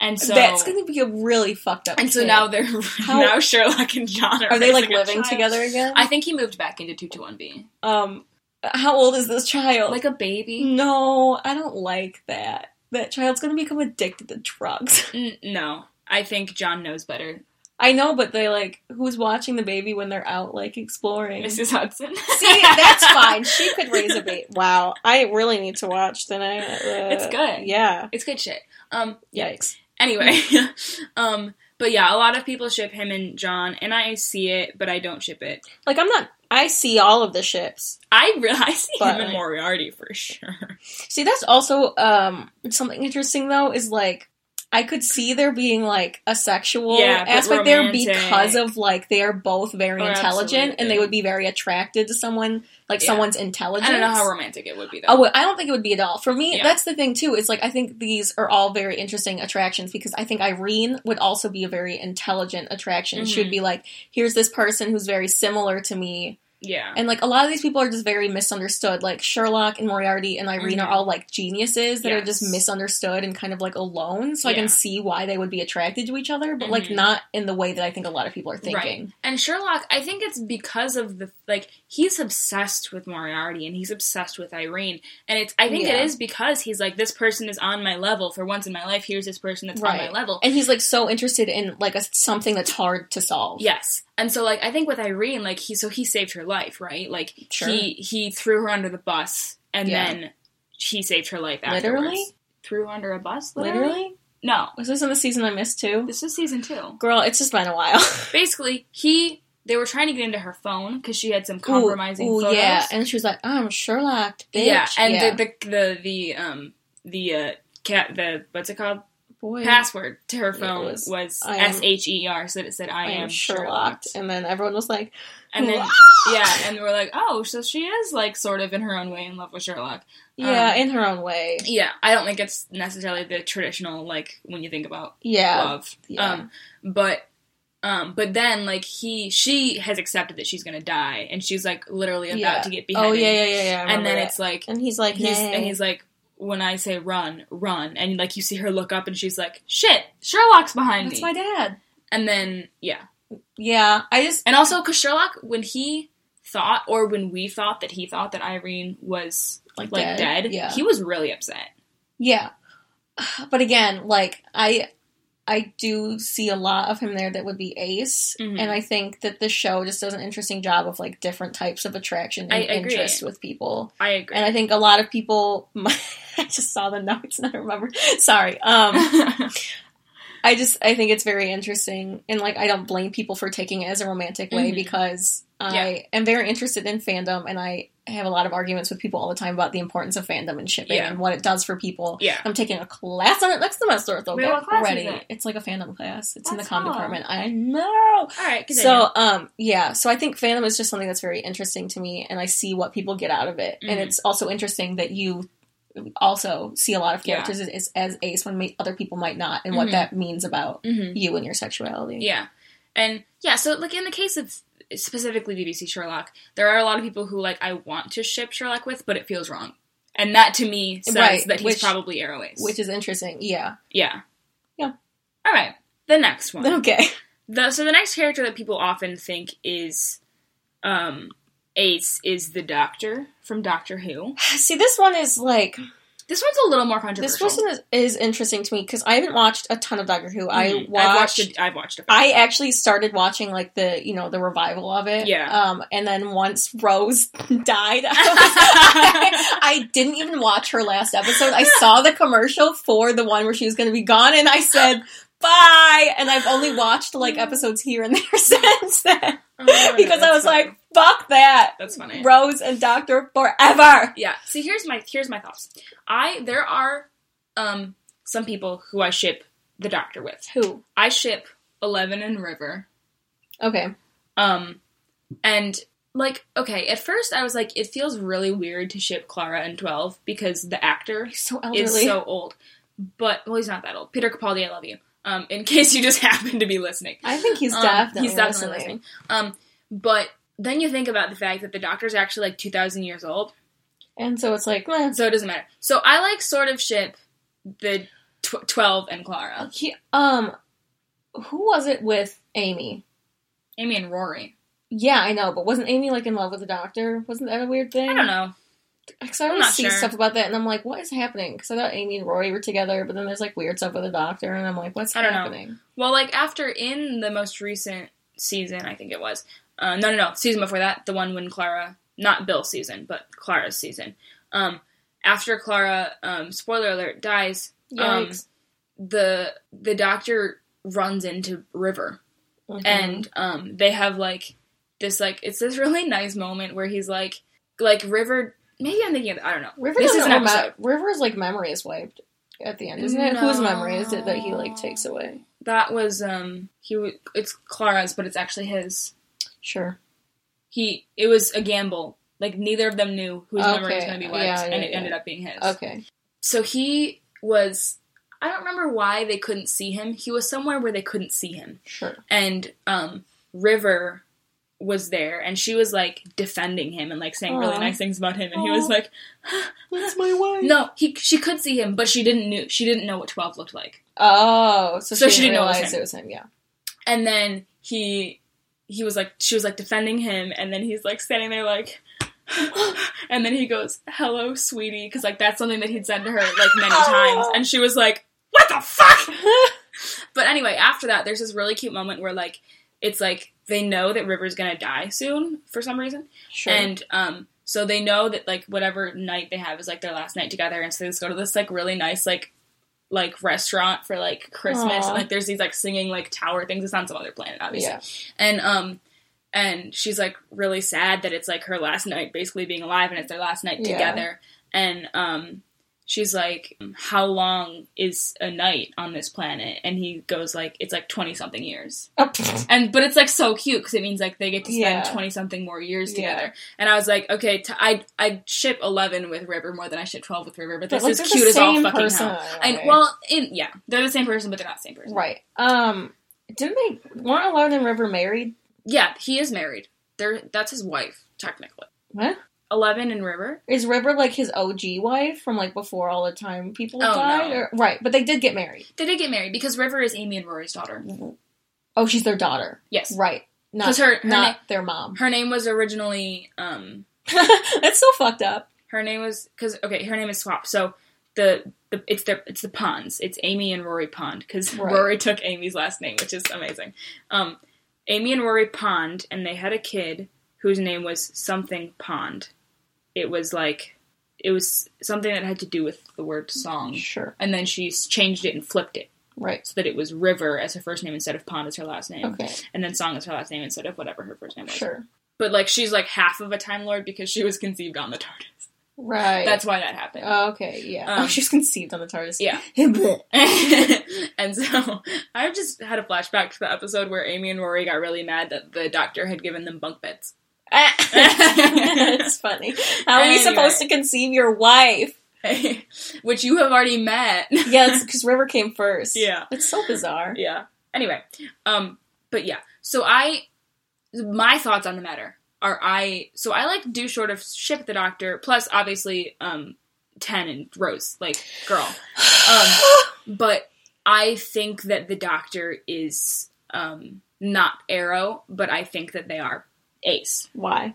Speaker 1: and so
Speaker 3: that's going to be a really fucked up.
Speaker 1: and so
Speaker 3: kid.
Speaker 1: now they're
Speaker 3: How-
Speaker 1: now Sherlock and John are,
Speaker 3: are they like
Speaker 1: raising a
Speaker 3: living
Speaker 1: child.
Speaker 3: together again?
Speaker 1: I think he moved back into two two one B.
Speaker 3: um, how old is this child?
Speaker 1: like a baby.
Speaker 3: no, I don't like that. That child's gonna become addicted to drugs.
Speaker 1: N- Mm, no, I think John knows better.
Speaker 3: I know, but they like who's watching the baby when they're out like exploring.
Speaker 1: Mrs. Hudson.
Speaker 3: See, that's fine. She could raise a baby. Wow, I really need to watch tonight. Uh,
Speaker 1: It's good.
Speaker 3: Yeah.
Speaker 1: It's good shit. Um,
Speaker 3: Yikes.
Speaker 1: anyway,
Speaker 3: Hmm.
Speaker 1: um, but yeah, a lot of people ship him and John, and I see it, but I don't ship it.
Speaker 3: Like I'm not. I see all of the ships.
Speaker 1: I re- I see
Speaker 3: But-
Speaker 1: him and Moriarty for sure.
Speaker 3: See, that's also um something interesting though is like I could see there being like a sexual
Speaker 1: Yeah, but
Speaker 3: aspect there
Speaker 1: romantic.
Speaker 3: because of like they are both very
Speaker 1: Oh,
Speaker 3: intelligent and
Speaker 1: absolutely.
Speaker 3: they would be very attracted to someone like
Speaker 1: Yeah.
Speaker 3: someone's intelligence.
Speaker 1: I don't know how romantic it would be though.
Speaker 3: Oh, wait, I don't think it would be at all. For me,
Speaker 1: Yeah.
Speaker 3: that's the thing too. It's like I think these are all very interesting attractions because I think Irene would also be a very intelligent attraction. She would
Speaker 1: Mhm.
Speaker 3: be like, here's this person who's very similar to me.
Speaker 1: yeah,
Speaker 3: And like a lot of these people are just very misunderstood. Like Sherlock and Moriarty and Irene
Speaker 1: Mhm.
Speaker 3: are all like geniuses that are just
Speaker 1: Yes.
Speaker 3: misunderstood and kind of like alone. So I
Speaker 1: Yeah.
Speaker 3: can see why they would be attracted to each other, but like
Speaker 1: Mhm.
Speaker 3: not in the way that I think a lot of people are thinking.
Speaker 1: and Sherlock, I think it's because of the like he's obsessed with Moriarty and he's obsessed with Irene, and it's I think
Speaker 3: Yeah.
Speaker 1: it is because he's like this person is on my level for once in my life. Here's this person that's on my
Speaker 3: Right.
Speaker 1: level.
Speaker 3: And he's like so interested in like a, something that's hard to solve.
Speaker 1: Yes. And so like I think with Irene, like he so he saved her life, right? Like
Speaker 3: Sure.
Speaker 1: he he threw her under the bus and
Speaker 3: Yeah.
Speaker 1: then he saved her life afterwards.
Speaker 3: Literally?
Speaker 1: Threw her under a bus? Literally?
Speaker 3: Literally?
Speaker 1: No.
Speaker 3: Was this in the season I missed too?
Speaker 1: This is season two.
Speaker 3: Girl, it's just been a while.
Speaker 1: Basically, he they were trying to get into her phone because she had some compromising
Speaker 3: Ooh, ooh,
Speaker 1: photos.
Speaker 3: yeah. And she was like, I'm Sherlock, bitch.
Speaker 1: Yeah, and The, the the the um the uh cat the what's it called
Speaker 3: Boy,
Speaker 1: password to her
Speaker 3: It
Speaker 1: phone
Speaker 3: was,
Speaker 1: was,
Speaker 3: "I am-
Speaker 1: S H E R so that it said I,
Speaker 3: I am Sherlock.
Speaker 1: Sherlock.
Speaker 3: And then everyone was like,
Speaker 1: And then yeah, and we're like, oh, so she is like sort of in her own way in love with Sherlock.
Speaker 3: yeah,
Speaker 1: Um,
Speaker 3: in her own way.
Speaker 1: Yeah, I don't think it's necessarily the traditional like when you think about
Speaker 3: Yeah.
Speaker 1: love.
Speaker 3: yeah.
Speaker 1: Um, but um, but then like he she has accepted that she's gonna die, and she's like literally about
Speaker 3: Yeah.
Speaker 1: to get beheaded.
Speaker 3: oh, yeah, yeah, yeah, yeah. I
Speaker 1: and
Speaker 3: remember
Speaker 1: then
Speaker 3: that.
Speaker 1: it's like
Speaker 3: And he's like,
Speaker 1: he's
Speaker 3: "Nay."
Speaker 1: and he's like. When I say run, run, and like you see her look up, and she's like, "Shit, Sherlock's behind
Speaker 3: That's
Speaker 1: me."
Speaker 3: my dad.
Speaker 1: and then yeah,
Speaker 3: Yeah, I just
Speaker 1: And also, because Sherlock, when he thought, or when we thought that he thought that Irene was
Speaker 3: Like
Speaker 1: like,
Speaker 3: dead?
Speaker 1: dead,
Speaker 3: Yeah.
Speaker 1: he was really upset.
Speaker 3: yeah. But again, like I I do see a lot of him there that would be ace,
Speaker 1: Mhm.
Speaker 3: and I think that the show just does an interesting job of like different types of attraction and
Speaker 1: I agree.
Speaker 3: interest with people.
Speaker 1: I agree.
Speaker 3: And I think a lot of people. I just saw the notes and I remember. Sorry. Um, I just I think it's very interesting, and like I don't blame people for taking it as a romantic way
Speaker 1: Mhm.
Speaker 3: because I am very interested in fandom, and I have a lot of arguments with people all the time about the importance of fandom and shipping
Speaker 1: Yeah.
Speaker 3: and what it does for people.
Speaker 1: yeah.
Speaker 3: I'm taking a class on it next semester. So
Speaker 1: Wait,
Speaker 3: get
Speaker 1: what class is
Speaker 3: ready.
Speaker 1: it?
Speaker 3: It's like a fandom class. It's in the
Speaker 1: That's
Speaker 3: com
Speaker 1: hot.
Speaker 3: department. I know.
Speaker 1: All right. continue.
Speaker 3: So, um, yeah. So I think fandom is just something that's very interesting to me, and I see what people get out of it. And
Speaker 1: Mhm.
Speaker 3: it's also interesting that you also see a lot of characters as, as ace when ma- other people might not, and what
Speaker 1: Mhm.
Speaker 3: that means about
Speaker 1: Mhm.
Speaker 3: you and your sexuality.
Speaker 1: yeah, and yeah. So like in the case of specifically BBC Sherlock, there are a lot of people who like I want to ship Sherlock with, but it feels wrong, and that to me says
Speaker 3: Right,
Speaker 1: that he's
Speaker 3: which-
Speaker 1: probably Airways.
Speaker 3: Which is interesting. Yeah.
Speaker 1: yeah.
Speaker 3: Yeah.
Speaker 1: All right. The next one.
Speaker 3: Okay.
Speaker 1: The, so the next character that people often think is um, Ace is the Doctor from Doctor Who.
Speaker 3: see, this one is like
Speaker 1: This one's a little more controversial.
Speaker 3: this person is, is interesting to me because I haven't watched a ton of Doctor Who. I
Speaker 1: Mhm.
Speaker 3: watched.
Speaker 1: I've watched. it- I've watched it.
Speaker 3: I actually started watching like the you know the revival of it.
Speaker 1: Yeah.
Speaker 3: Um, and then once Rose died, I, was like- I didn't even watch her last episode. I saw the commercial for the one where she was going to be gone, and I said. Bye, and I've only watched like episodes here and there since then
Speaker 1: Oh,
Speaker 3: because I
Speaker 1: that's
Speaker 3: was
Speaker 1: funny.
Speaker 3: like, "Fuck that,
Speaker 1: that's funny.
Speaker 3: Rose and Doctor forever."
Speaker 1: Yeah. See, here's my here's my thoughts. I there are um, some people who I ship the Doctor with.
Speaker 3: Who?
Speaker 1: I ship Eleven and River.
Speaker 3: Okay,
Speaker 1: Um, and like, okay, at first I was like, it feels really weird to ship Clara and Twelve because the actor
Speaker 3: he's so elderly.
Speaker 1: is so old. But well, he's not that old. Peter Capaldi, I love you. Um, in case you just happen to be listening,
Speaker 3: I think he's
Speaker 1: Um,
Speaker 3: definitely
Speaker 1: he's definitely listening. Um, but then you think about the fact that the doctor's actually like two thousand years old,
Speaker 3: and so it's like, eh,
Speaker 1: so it doesn't matter. So I like sort of ship the tw- twelve and Clara,
Speaker 3: He, um, who was it with Amy?
Speaker 1: Amy and Rory.
Speaker 3: Yeah, I know, but wasn't Amy like in love with the doctor? Wasn't that a weird thing?
Speaker 1: I don't know.
Speaker 3: Because I
Speaker 1: I'm
Speaker 3: always
Speaker 1: not
Speaker 3: see
Speaker 1: sure.
Speaker 3: stuff about that, and I'm like, what is happening? Because I thought Amy and Rory were together, but then there's like weird stuff with the doctor, and I'm like, what's
Speaker 1: I don't know.
Speaker 3: happening?
Speaker 1: Well, like after in the most recent season, I think it was. Uh, no, no, no. Season before that, the one when Clara, not Bill's season, but Clara's season. Um, after Clara, um, spoiler alert, dies. Um,
Speaker 3: Yikes.
Speaker 1: the the doctor runs into River.
Speaker 3: Mhm.
Speaker 1: and um, they have like this like it's this really nice moment where he's like like River maybe I'm thinking of, I don't know
Speaker 3: River
Speaker 1: this is
Speaker 3: doesn't
Speaker 1: an
Speaker 3: remem-
Speaker 1: episode
Speaker 3: River's like memory is wiped at the end, isn't it? Whose memory is it that he
Speaker 1: No.
Speaker 3: like takes away?
Speaker 1: that was um he w- it's Clara's but it's actually his
Speaker 3: Sure.
Speaker 1: he it was a gamble like neither of them knew whose memory was
Speaker 3: Okay,
Speaker 1: going to be
Speaker 3: yeah,
Speaker 1: wiped
Speaker 3: yeah,
Speaker 1: and it
Speaker 3: yeah.
Speaker 1: ended up being his
Speaker 3: Okay.
Speaker 1: so he was I don't remember why they couldn't see him he was somewhere where they couldn't see him
Speaker 3: Sure.
Speaker 1: and um, River was there, and she was like defending him and like saying really
Speaker 3: Aw.
Speaker 1: nice things about him, and he was
Speaker 3: Aw.
Speaker 1: like,
Speaker 3: That's my wife.
Speaker 1: no, he she could see him, but she didn't knew she didn't know what twelve looked like,
Speaker 3: Oh, so,
Speaker 1: So
Speaker 3: she,
Speaker 1: she
Speaker 3: didn't
Speaker 1: didn't know it was
Speaker 3: realize
Speaker 1: him.
Speaker 3: it was him. Yeah.
Speaker 1: and then he he was like she was like defending him, and then he's like standing there like. and then he goes, "Hello, sweetie," because like that's something that he'd said to her like many times, and she was like, "What the fuck?" But anyway, after that, there's this really cute moment where like it's like they know that River's gonna die soon for some reason,
Speaker 3: Sure.
Speaker 1: And um, so they know that like whatever night they have is like their last night together, and so they just go to this like really nice like like restaurant for like Christmas,
Speaker 3: Aw.
Speaker 1: and like there's these like singing like tower things. It's on some other planet, obviously.
Speaker 3: yeah.
Speaker 1: And um, and she's like really sad that it's like her last night basically being alive, and it's their last night
Speaker 3: Yeah.
Speaker 1: together. And um, she's like, "How long is a night on this planet?" And he goes like, "It's like twenty something years."
Speaker 3: Oh,
Speaker 1: and but it's like so cute because it means like they get to spend
Speaker 3: Yeah.
Speaker 1: twenty something more years
Speaker 3: Yeah.
Speaker 1: together. And I was like, okay, t- I I ship eleven with River more than I ship twelve with River, but this
Speaker 3: like,
Speaker 1: is
Speaker 3: they're the
Speaker 1: cute as all
Speaker 3: same
Speaker 1: fucking
Speaker 3: person,
Speaker 1: hell.
Speaker 3: in a
Speaker 1: And
Speaker 3: way.
Speaker 1: well, in, yeah, they're the same person, but they're not the same person.
Speaker 3: right. Um, didn't they weren't Alone and River married?
Speaker 1: Yeah, he is married. They're that's his wife technically.
Speaker 3: What
Speaker 1: Eleven and River.
Speaker 3: is River like his OG wife from like before all the time people
Speaker 1: Oh,
Speaker 3: died?
Speaker 1: no.
Speaker 3: Or, right, but they did get married.
Speaker 1: They did get married because River is Amy and Rory's daughter.
Speaker 3: Oh, she's their daughter.
Speaker 1: Yes,
Speaker 3: Right. Not
Speaker 1: 'Cause her- her
Speaker 3: not their mom.
Speaker 1: her name was originally um
Speaker 3: That's so fucked up.
Speaker 1: her name was because okay her name is Swap so. The, the it's the it's the Ponds. It's Amy and Rory Pond because
Speaker 3: Right.
Speaker 1: Rory took Amy's last name, which is amazing. Um, Amy and Rory Pond, and they had a kid whose name was something Pond. It was like it was something that had to do with the word song,
Speaker 3: Sure.
Speaker 1: and then she s- changed it and flipped it
Speaker 3: Right.
Speaker 1: so that it was River as her first name instead of Pond as her last name,
Speaker 3: Okay.
Speaker 1: and then Song as her last name instead of whatever her first name was.
Speaker 3: Sure.
Speaker 1: But like she's like half of a Time Lord because she was conceived on the TARDIS.
Speaker 3: Right.
Speaker 1: That's why that happened.
Speaker 3: okay. Yeah.
Speaker 1: Um,
Speaker 3: oh, she's conceived on the TARDIS.
Speaker 1: yeah. and so I've just had a flashback to the episode where Amy and Rory got really mad that the doctor had given them bunk beds.
Speaker 3: it's funny. How are you
Speaker 1: Anyway.
Speaker 3: supposed to conceive your wife?
Speaker 1: Which you have already met.
Speaker 3: Yeah, because River came first.
Speaker 1: Yeah.
Speaker 3: It's so bizarre.
Speaker 1: yeah. Anyway, um but yeah. So I my thoughts on the matter are I so I like do sort of ship the doctor plus obviously um 10 and Rose like girl. Um but I think that the Doctor is um, not Arrow, but I think that they are Ace
Speaker 3: Why?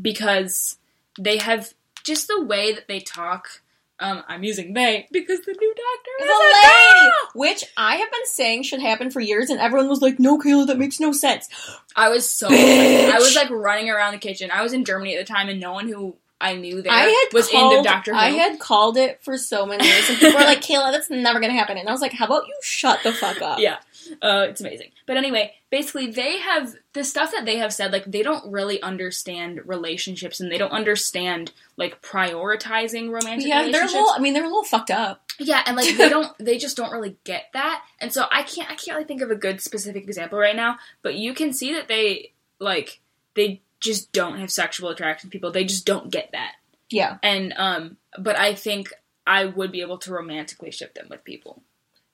Speaker 1: because they have just the way that they talk. Um, I'm using they because the new Doctor is
Speaker 3: The
Speaker 1: a
Speaker 3: lady!
Speaker 1: girl!
Speaker 3: Which I have been saying should happen for years, and everyone was like, no, Kayla, that makes no sense.
Speaker 1: I was so
Speaker 3: Bitch!
Speaker 1: I was like running around the kitchen. I was in Germany at the time, and no one who I knew there
Speaker 3: I had
Speaker 1: was
Speaker 3: called,
Speaker 1: in the Doctor Who.
Speaker 3: I had called it for so many years, and people were like, Kayla, that's never going to happen. And I was like, how about you shut the fuck up?
Speaker 1: Yeah. Uh, it's amazing. But anyway, basically, they have the stuff that they have said, like, they don't really understand relationships and they don't understand, like, prioritizing romantic
Speaker 3: Yeah, they're a
Speaker 1: relationships.
Speaker 3: little, I mean, they're a little fucked up.
Speaker 1: Yeah, and, like, they don't, they just don't really get that. And so I can't, I can't really think of a good specific example right now, but you can see that they, like, they just don't have sexual attraction to people. They just don't get that.
Speaker 3: Yeah.
Speaker 1: And, um, but I think I would be able to romantically ship them with people.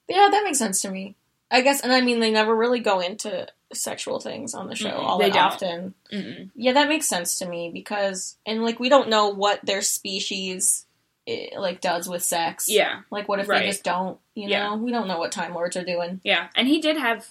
Speaker 3: Yeah, that makes sense to me. I guess, and I mean, they never really go into sexual things on the show
Speaker 1: Mm-mm,
Speaker 3: all
Speaker 1: they
Speaker 3: that
Speaker 1: don't.
Speaker 3: often.
Speaker 1: Mm-mm.
Speaker 3: Yeah, that makes sense to me because, and like, we don't know what their species eh, like does with sex.
Speaker 1: Yeah.
Speaker 3: Like, what if
Speaker 1: Right.
Speaker 3: they just don't? You know,
Speaker 1: Yeah.
Speaker 3: we don't know what Time Lords are doing.
Speaker 1: Yeah, and he did have,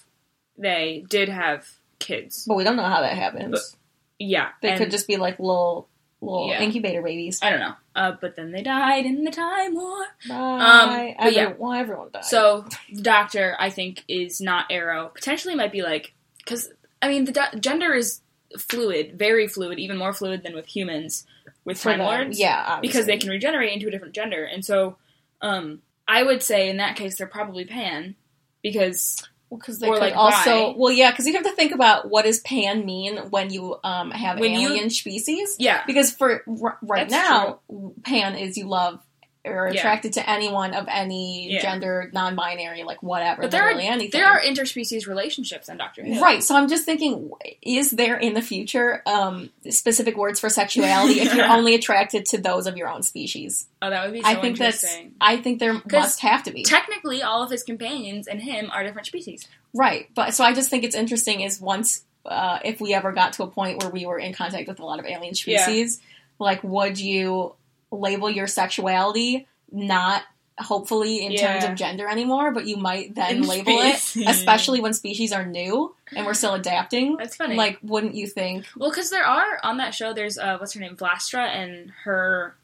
Speaker 1: they did have kids.
Speaker 3: But we don't know how that happens.
Speaker 1: Yeah,
Speaker 3: they
Speaker 1: and-
Speaker 3: could just be like little little
Speaker 1: Yeah.
Speaker 3: incubator babies.
Speaker 1: I don't know. Uh, but then they died in the time war.
Speaker 3: Bye.
Speaker 1: um, but
Speaker 3: Every-
Speaker 1: yeah.
Speaker 3: Well, everyone dies.
Speaker 1: So the doctor, I think, is not Arrow. Potentially, might be like because I mean the do- gender is fluid, very fluid, even more fluid than with humans with
Speaker 3: For
Speaker 1: Time
Speaker 3: them.
Speaker 1: Lords.
Speaker 3: yeah,
Speaker 1: because
Speaker 3: obviously.
Speaker 1: they can regenerate into a different gender, and so um, I would say in that case they're probably Pan because
Speaker 3: Well, 'cause they
Speaker 1: Or,
Speaker 3: could
Speaker 1: like,
Speaker 3: also
Speaker 1: bi.
Speaker 3: well, yeah, because you have to think about what does pan mean when you um have
Speaker 1: When you-
Speaker 3: alien species.
Speaker 1: yeah,
Speaker 3: Because for r- right
Speaker 1: That's
Speaker 3: now, pan is you love or
Speaker 1: Yeah.
Speaker 3: attracted to anyone of any
Speaker 1: Yeah.
Speaker 3: gender, non-binary, like whatever.
Speaker 1: But there
Speaker 3: literally anything.
Speaker 1: there are interspecies relationships on Doctor Who.
Speaker 3: Right, so I'm just thinking, is there in the future um, specific words for sexuality if you're only attracted to those of your own species?
Speaker 1: Oh, that would be. So
Speaker 3: I think that's.
Speaker 1: interesting.
Speaker 3: I think there
Speaker 1: 'Cause
Speaker 3: must have to be.
Speaker 1: Technically, all of his companions and him are different species.
Speaker 3: Right, but so I just think it's interesting is once uh, if we ever got to a point where we were in contact with a lot of alien
Speaker 1: Yeah.
Speaker 3: species, like would you label your sexuality not hopefully in terms
Speaker 1: Yeah.
Speaker 3: of gender anymore, but you might then
Speaker 1: In
Speaker 3: label
Speaker 1: species.
Speaker 3: it, especially when species are new and we're still adapting.
Speaker 1: That's funny.
Speaker 3: Like, wouldn't you think?
Speaker 1: Well, because there are on that show. There's uh, what's her name, Vlastra, and her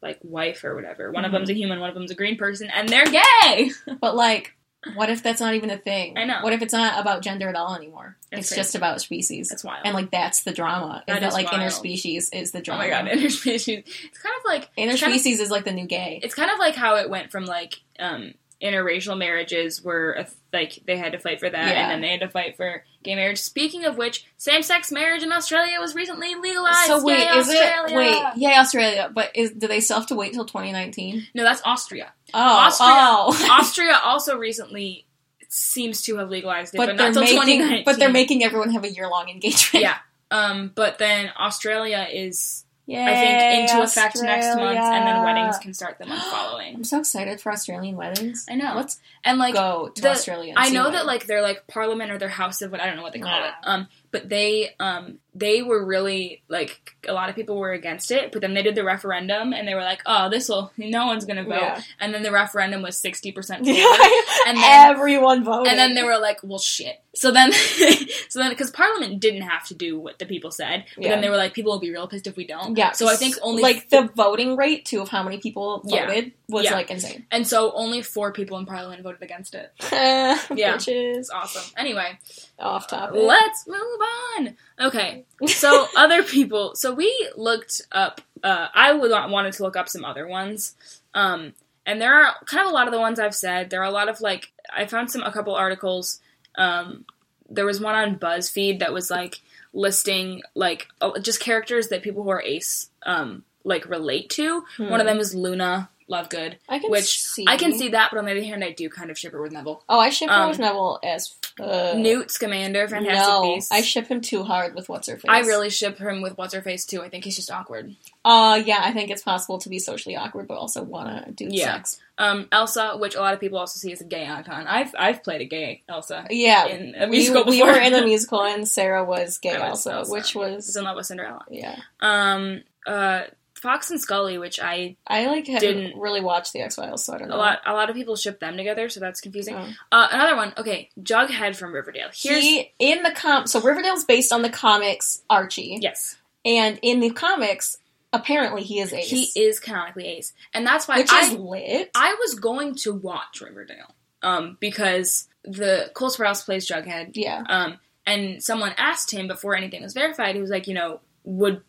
Speaker 1: like wife or whatever. One of
Speaker 3: Mhm.
Speaker 1: them's a human, one of them's a green person, and they're gay.
Speaker 3: But like, what if that's not even a thing?
Speaker 1: I know.
Speaker 3: What if it's not about gender at all anymore?
Speaker 1: That's
Speaker 3: it's
Speaker 1: crazy.
Speaker 3: just about species,
Speaker 1: That's wild.
Speaker 3: and like that's the drama.
Speaker 1: That
Speaker 3: is that
Speaker 1: is
Speaker 3: like
Speaker 1: wild.
Speaker 3: interspecies is the
Speaker 1: oh
Speaker 3: drama?
Speaker 1: my god, interspecies. It's kind of like it's kind of,
Speaker 3: Interspecies is like the new gay.
Speaker 1: it's kind of like how it went from like um, interracial marriages were a, like they had to fight for that,
Speaker 3: Yeah.
Speaker 1: and then they had to fight for gay marriage. Speaking of which, same-sex marriage in Australia was recently legalized.
Speaker 3: So wait,
Speaker 1: Yay,
Speaker 3: is
Speaker 1: Australia!
Speaker 3: it wait? Yay, Australia! But is do they still have to wait till 2019?
Speaker 1: No, that's Austria.
Speaker 3: Oh,
Speaker 1: Austria-
Speaker 3: oh.
Speaker 1: Austria also recently seems to have legalized it, but,
Speaker 3: but
Speaker 1: not
Speaker 3: they're
Speaker 1: until
Speaker 3: making
Speaker 1: 2019.
Speaker 3: but they're making everyone have a year long engagement.
Speaker 1: yeah. Um, but then Australia is,
Speaker 3: Yay,
Speaker 1: I think, into effect next month, and then
Speaker 3: Australia.
Speaker 1: weddings can start the month following.
Speaker 3: I'm so excited for Australian weddings.
Speaker 1: I know.
Speaker 3: Let's
Speaker 1: And like,
Speaker 3: go to
Speaker 1: the-
Speaker 3: Australia. and
Speaker 1: I
Speaker 3: see
Speaker 1: know
Speaker 3: one.
Speaker 1: that like they're like Parliament or their House of what I don't know what they call
Speaker 3: Nah.
Speaker 1: it. Um, but they um they were really like a lot of people were against it, but then they did the referendum and they were like, oh, this will no one's gonna vote.
Speaker 3: Yeah.
Speaker 1: And then the referendum was sixty percent for. it. And
Speaker 3: and
Speaker 1: then-
Speaker 3: everyone voted.
Speaker 1: And then they were like, "Well, shit." So then, so then, because Parliament didn't have to do what the people said, but
Speaker 3: Yeah.
Speaker 1: then they were like, "People will be real pissed if we don't."
Speaker 3: yeah.
Speaker 1: So I think only
Speaker 3: like the voting rate too of how many people
Speaker 1: Yeah.
Speaker 3: voted was
Speaker 1: Yeah.
Speaker 3: like insane.
Speaker 1: and so only four people in Parliament voted against it.
Speaker 3: yeah,
Speaker 1: Yeah.
Speaker 3: which is
Speaker 1: It's awesome. Anyway,
Speaker 3: off topic.
Speaker 1: let's move on. Okay, so other people. So we looked up. Uh, I would wa- wanted to look up some other ones. Um, and there are kind of a lot of the ones I've said. There are a lot of like I found some a couple articles. Um, there was one on BuzzFeed that was like listing like uh, just characters that people who are ace um like relate to.
Speaker 3: Hmm.
Speaker 1: One of them is Luna Lovegood,
Speaker 3: I can
Speaker 1: which
Speaker 3: see.
Speaker 1: I can see that, but on the other hand, I do kind of ship her with Neville.
Speaker 3: Oh, I ship him
Speaker 1: Um,
Speaker 3: with Neville as uh,
Speaker 1: Newt Scamander, Fantastic
Speaker 3: no,
Speaker 1: Beasts.
Speaker 3: I ship him too hard with what's her face.
Speaker 1: I really ship him with what's her face too. I think he's just awkward.
Speaker 3: Uh, yeah, I think it's possible to be socially awkward, but also wanna do
Speaker 1: Yeah.
Speaker 3: sex.
Speaker 1: Um, Elsa, which a lot of people also see as a gay icon. I've I've played a gay Elsa
Speaker 3: Yeah,
Speaker 1: in a
Speaker 3: we,
Speaker 1: musical
Speaker 3: we
Speaker 1: before.
Speaker 3: were in the musical, and Sarah was gay
Speaker 1: I was
Speaker 3: also,
Speaker 1: also.
Speaker 3: which
Speaker 1: was
Speaker 3: was
Speaker 1: in love with Cinderella.
Speaker 3: yeah.
Speaker 1: Um, uh, Fox and Scully, which I
Speaker 3: I like hadn't
Speaker 1: Didn't-
Speaker 3: really watch the X Files, so I don't
Speaker 1: a
Speaker 3: know.
Speaker 1: lot a lot of people ship them together, so that's confusing.
Speaker 3: Oh.
Speaker 1: Uh, another one. Okay, Jughead from Riverdale. Here's
Speaker 3: He in the com so Riverdale's based on the comics Archie,
Speaker 1: yes,
Speaker 3: and in the comics, apparently he is Ace,
Speaker 1: he is canonically Ace, and that's why
Speaker 3: which
Speaker 1: I
Speaker 3: is lit.
Speaker 1: I was going to watch Riverdale, um, because the Cole Sprouse plays Jughead.
Speaker 3: yeah,
Speaker 1: Um, and someone asked him before anything was verified. He was like, you know, would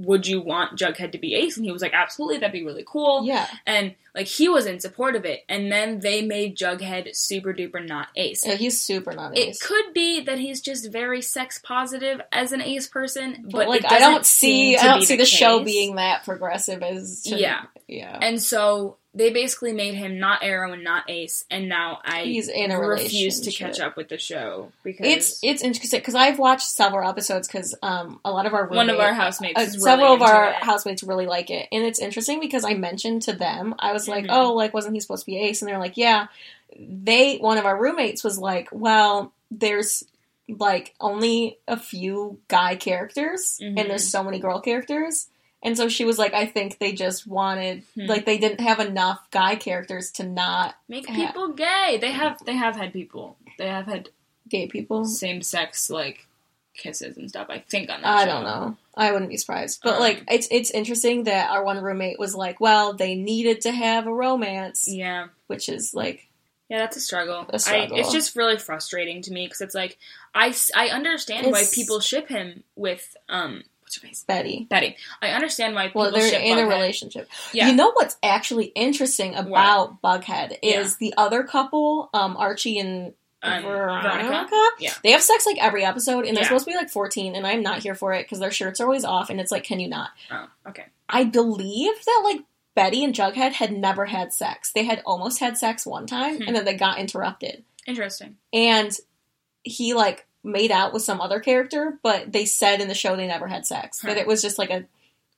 Speaker 1: would you want Jughead to be Ace? And he was like, absolutely, that'd be really cool.
Speaker 3: yeah,
Speaker 1: And like he was in support of it. And then they made Jughead super duper not Ace.
Speaker 3: yeah. He's super not Ace.
Speaker 1: It could be that he's just very sex positive as an Ace person, but,
Speaker 3: but like
Speaker 1: it
Speaker 3: I
Speaker 1: doesn't
Speaker 3: don't see
Speaker 1: seem to
Speaker 3: I don't
Speaker 1: be
Speaker 3: see the, show
Speaker 1: case.
Speaker 3: being that progressive as to,
Speaker 1: Yeah.
Speaker 3: yeah
Speaker 1: And so they basically made him not Arrow and not Ace, and now I
Speaker 3: he's in a
Speaker 1: refuse
Speaker 3: relationship.
Speaker 1: to catch up with the show because
Speaker 3: It's it's interesting because I've watched several episodes because um a lot of our
Speaker 1: one of
Speaker 3: roommate-
Speaker 1: our housemates.
Speaker 3: uh,
Speaker 1: is really
Speaker 3: several of
Speaker 1: into
Speaker 3: our
Speaker 1: it.
Speaker 3: housemates really like it and it's interesting because I mentioned to them I was like
Speaker 1: Mhm.
Speaker 3: oh like wasn't he supposed to be Ace and they're like yeah they one of our roommates was like well there's like only a few guy characters
Speaker 1: Mhm.
Speaker 3: and there's so many girl characters and so she was like I think they just wanted
Speaker 1: Hmm.
Speaker 3: like they didn't have enough guy characters to not
Speaker 1: make
Speaker 3: Yeah.
Speaker 1: people gay. They have they have had people. They have had
Speaker 3: gay people
Speaker 1: same sex like kisses and stuff. I think on that.
Speaker 3: I
Speaker 1: show.
Speaker 3: don't know. I wouldn't be surprised. But
Speaker 1: Um,
Speaker 3: like it's it's interesting that our one roommate was like, well, they needed to have a romance,
Speaker 1: Yeah.
Speaker 3: which is like
Speaker 1: Yeah, that's a struggle.
Speaker 3: A struggle.
Speaker 1: I, it's just really frustrating to me because it's like I, s- I understand
Speaker 3: It's-
Speaker 1: why people ship him with um what's her face
Speaker 3: Betty.
Speaker 1: Betty. I understand why people
Speaker 3: Well, they're
Speaker 1: ship
Speaker 3: in a
Speaker 1: Bughead.
Speaker 3: relationship.
Speaker 1: Yeah,
Speaker 3: You know what's actually interesting about Bughead is the other couple, um, Archie and
Speaker 1: um,
Speaker 3: Veronica.
Speaker 1: Veronica. Yeah.
Speaker 3: They have sex like every episode, and they're
Speaker 1: Yeah.
Speaker 3: supposed to be like 14, and I'm not here for it because their shirts are always off, and it's like, can you not?
Speaker 1: Oh, okay.
Speaker 3: I believe that like Betty and Jughead had never had sex. They had almost had sex one time,
Speaker 1: Hmm.
Speaker 3: and then they got interrupted.
Speaker 1: Interesting.
Speaker 3: And he like made out with some other character, but they said in the show they never had sex. That
Speaker 1: Hmm.
Speaker 3: it was just like a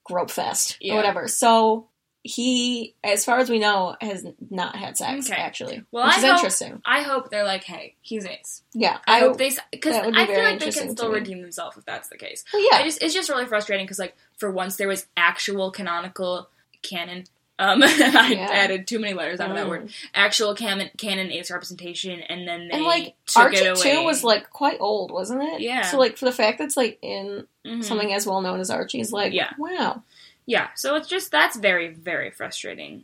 Speaker 3: grope fest
Speaker 1: Yeah.
Speaker 3: or whatever. So he, as far as we know, has not had sex
Speaker 1: Okay.
Speaker 3: actually,
Speaker 1: Well,
Speaker 3: which
Speaker 1: I
Speaker 3: is
Speaker 1: hope-
Speaker 3: interesting.
Speaker 1: I hope they're like, hey, he's ace.
Speaker 3: Yeah,
Speaker 1: I, hope they because
Speaker 3: that would be
Speaker 1: I feel
Speaker 3: very
Speaker 1: like they
Speaker 3: interesting
Speaker 1: can still
Speaker 3: to me.
Speaker 1: redeem themselves if that's the case.
Speaker 3: well, yeah,
Speaker 1: I just it's just really frustrating because like for once there was actual canonical canon. Um, I
Speaker 3: Yeah.
Speaker 1: added too many letters out of that
Speaker 3: Mm.
Speaker 1: word. Actual canon, canon ace representation, and then they
Speaker 3: And like
Speaker 1: took
Speaker 3: Archie
Speaker 1: it away.
Speaker 3: too was like quite old, wasn't it?
Speaker 1: Yeah.
Speaker 3: So like for the fact that's like in
Speaker 1: Mhm.
Speaker 3: something as well known as Archie is like,
Speaker 1: Yeah.
Speaker 3: wow.
Speaker 1: Yeah, so it's just that's very very frustrating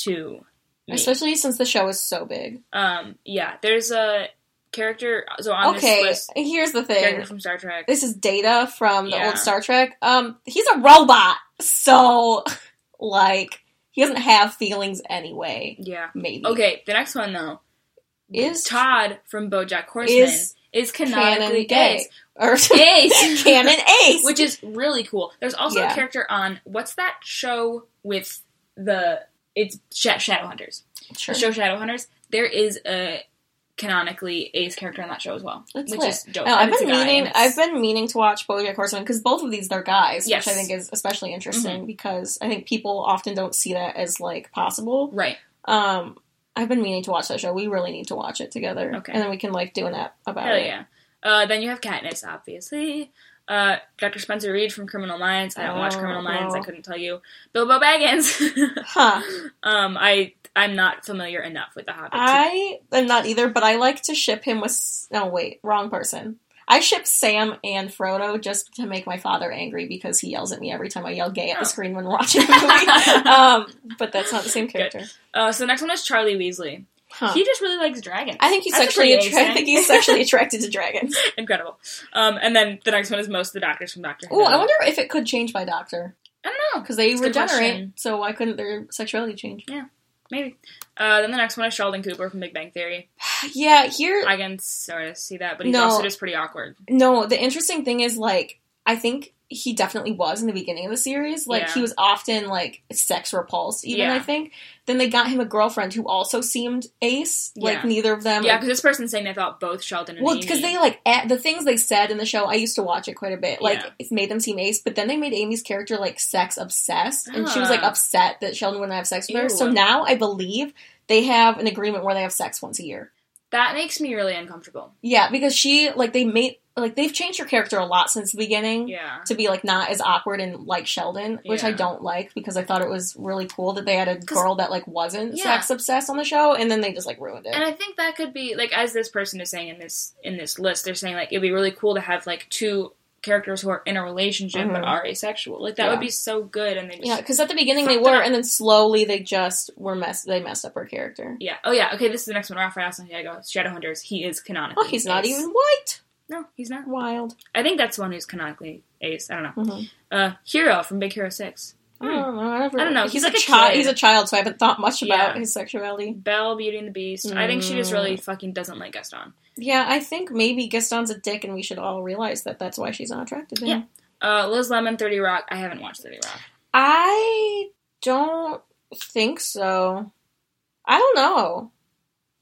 Speaker 1: to me.
Speaker 3: Especially since the show is so big.
Speaker 1: um yeah, there's a character so on
Speaker 3: okay,
Speaker 1: this list
Speaker 3: here's the
Speaker 1: character
Speaker 3: thing.
Speaker 1: from Star Trek.
Speaker 3: This is Data from the
Speaker 1: Yeah.
Speaker 3: old Star Trek. Um, he's a robot, so like he doesn't have feelings anyway.
Speaker 1: Yeah.
Speaker 3: Maybe
Speaker 1: Okay, the next one though
Speaker 3: is
Speaker 1: Todd from BoJack Horseman
Speaker 3: Is
Speaker 1: is, canonically
Speaker 3: canon gay or
Speaker 1: Ace. Ace,
Speaker 3: canon ace?
Speaker 1: which is really cool. There's also
Speaker 3: Yeah.
Speaker 1: a character on what's that show with the it's Sh- Shadowhunters.
Speaker 3: sure.
Speaker 1: The show Shadowhunters. There is a canonically Ace character on that show as well,
Speaker 3: That's
Speaker 1: which
Speaker 3: lit.
Speaker 1: is dope.
Speaker 3: No,
Speaker 1: And
Speaker 3: I've
Speaker 1: it's
Speaker 3: been
Speaker 1: a guy, and
Speaker 3: meaning.
Speaker 1: it's-
Speaker 3: I've been meaning to watch BoJack Horseman because both of these they're guys,
Speaker 1: Yes. Mm-hmm.
Speaker 3: which I think is especially interesting because I think people often don't see that as like possible.
Speaker 1: right.
Speaker 3: Um, I've been meaning to watch that show. We really need to watch it together,
Speaker 1: Okay.
Speaker 3: and then we can like do an app about
Speaker 1: Hell
Speaker 3: it.
Speaker 1: yeah. Uh, then you have Katniss, obviously. Uh, Dr. Spencer Reed from Criminal Minds. I don't watch
Speaker 3: Oh,
Speaker 1: Criminal Minds.
Speaker 3: no.
Speaker 1: I couldn't tell you. Bilbo Baggins.
Speaker 3: Huh.
Speaker 1: um, I I'm not familiar enough with the Hobbit. to-
Speaker 3: I am not either, but I like to ship him with. S- No, wait, wrong person. I ship Sam and Frodo just to make my father angry because he yells at me every time I yell gay at the
Speaker 1: Oh.
Speaker 3: screen when watching a movie. um, but that's not the same
Speaker 1: Good.
Speaker 3: character.
Speaker 1: uh, so the next one is Charlie Weasley.
Speaker 3: Huh.
Speaker 1: He just really likes dragons.
Speaker 3: I think he's
Speaker 1: That's a
Speaker 3: sexually.
Speaker 1: pretty
Speaker 3: Attra- I
Speaker 1: ace,
Speaker 3: think
Speaker 1: eh?
Speaker 3: he's sexually attracted to dragons.
Speaker 1: incredible. Um, and then the next one is most of the doctors from Doctor Who.
Speaker 3: Oh, I wonder if it could change by doctor
Speaker 1: I don't know.
Speaker 3: because they
Speaker 1: That's a good
Speaker 3: regenerate.
Speaker 1: question.
Speaker 3: So why couldn't their sexuality change?
Speaker 1: Maybe. Uh, then the next one is Sheldon Cooper from Big Bang Theory.
Speaker 3: Yeah, here.
Speaker 1: I can sort of see that, but he's
Speaker 3: No.
Speaker 1: also just pretty awkward.
Speaker 3: No, the interesting thing is like I think he definitely was in the beginning of the series. Like
Speaker 1: Yeah.
Speaker 3: he was often like sex repulsed. Even
Speaker 1: Yeah.
Speaker 3: I think. Then they got him a girlfriend who also seemed ace. Like
Speaker 1: Yeah.
Speaker 3: neither of them.
Speaker 1: Yeah, because this person's saying they thought both Sheldon and
Speaker 3: Um, Well,
Speaker 1: Amy-
Speaker 3: because they like at, the things they said in the show. I used to watch it quite a bit. Like
Speaker 1: Yeah.
Speaker 3: it made them seem ace, but then they made Amy's character like sex obsessed, and she was like
Speaker 1: Ah.
Speaker 3: upset that Sheldon wouldn't have sex with her. So
Speaker 1: Ew.
Speaker 3: now I believe they have an agreement where they have sex once a year.
Speaker 1: that makes me really uncomfortable.
Speaker 3: Yeah, because she like they made like they've changed her character a lot since the beginning
Speaker 1: Yeah.
Speaker 3: to be like not as awkward and like Sheldon, which I
Speaker 1: Yeah.
Speaker 3: don't like because I thought it was really cool that they had a
Speaker 1: 'Cause-
Speaker 3: girl that like wasn't
Speaker 1: Yeah.
Speaker 3: sex obsessed on the show, and then they just like ruined it.
Speaker 1: And I think that could be like as this person is saying in this in this list, they're saying like it'd be really cool to have like two characters who are in a relationship
Speaker 3: Mhm.
Speaker 1: but are asexual. Like that
Speaker 3: Yeah.
Speaker 1: would be so good. And they just
Speaker 3: Yeah,
Speaker 1: yeah.
Speaker 3: because at the beginning they
Speaker 1: Fucked
Speaker 3: were,
Speaker 1: up.
Speaker 3: and then slowly they just were mess. They messed up her character.
Speaker 1: Oh yeah. Okay. This is the next one. Raphael Santiago, Shadowhunters. He is canonically.
Speaker 3: Oh, he's not
Speaker 1: ace.
Speaker 3: even white.
Speaker 1: No, he's not.
Speaker 3: Wild.
Speaker 1: I think that's the one who's canonically ace. I don't know.
Speaker 3: Mhm.
Speaker 1: Uh, Hero from Big Hero Six.
Speaker 3: I don't know. I, never,
Speaker 1: Hmm. I don't know,
Speaker 3: He's,
Speaker 1: he's
Speaker 3: a
Speaker 1: like a
Speaker 3: child.
Speaker 1: kid.
Speaker 3: He's a child, so I haven't thought much about
Speaker 1: Yeah.
Speaker 3: his sexuality.
Speaker 1: Belle, Beauty and the Beast. I think she just
Speaker 3: Mm.
Speaker 1: really fucking doesn't like Gaston.
Speaker 3: Yeah, I think maybe Gaston's a dick, and we should all realize that. That's why she's not attracted to him.
Speaker 1: Yeah. Uh, Liz Lemon, Thirty Rock. I haven't watched Thirty Rock.
Speaker 3: I don't think so. I don't know.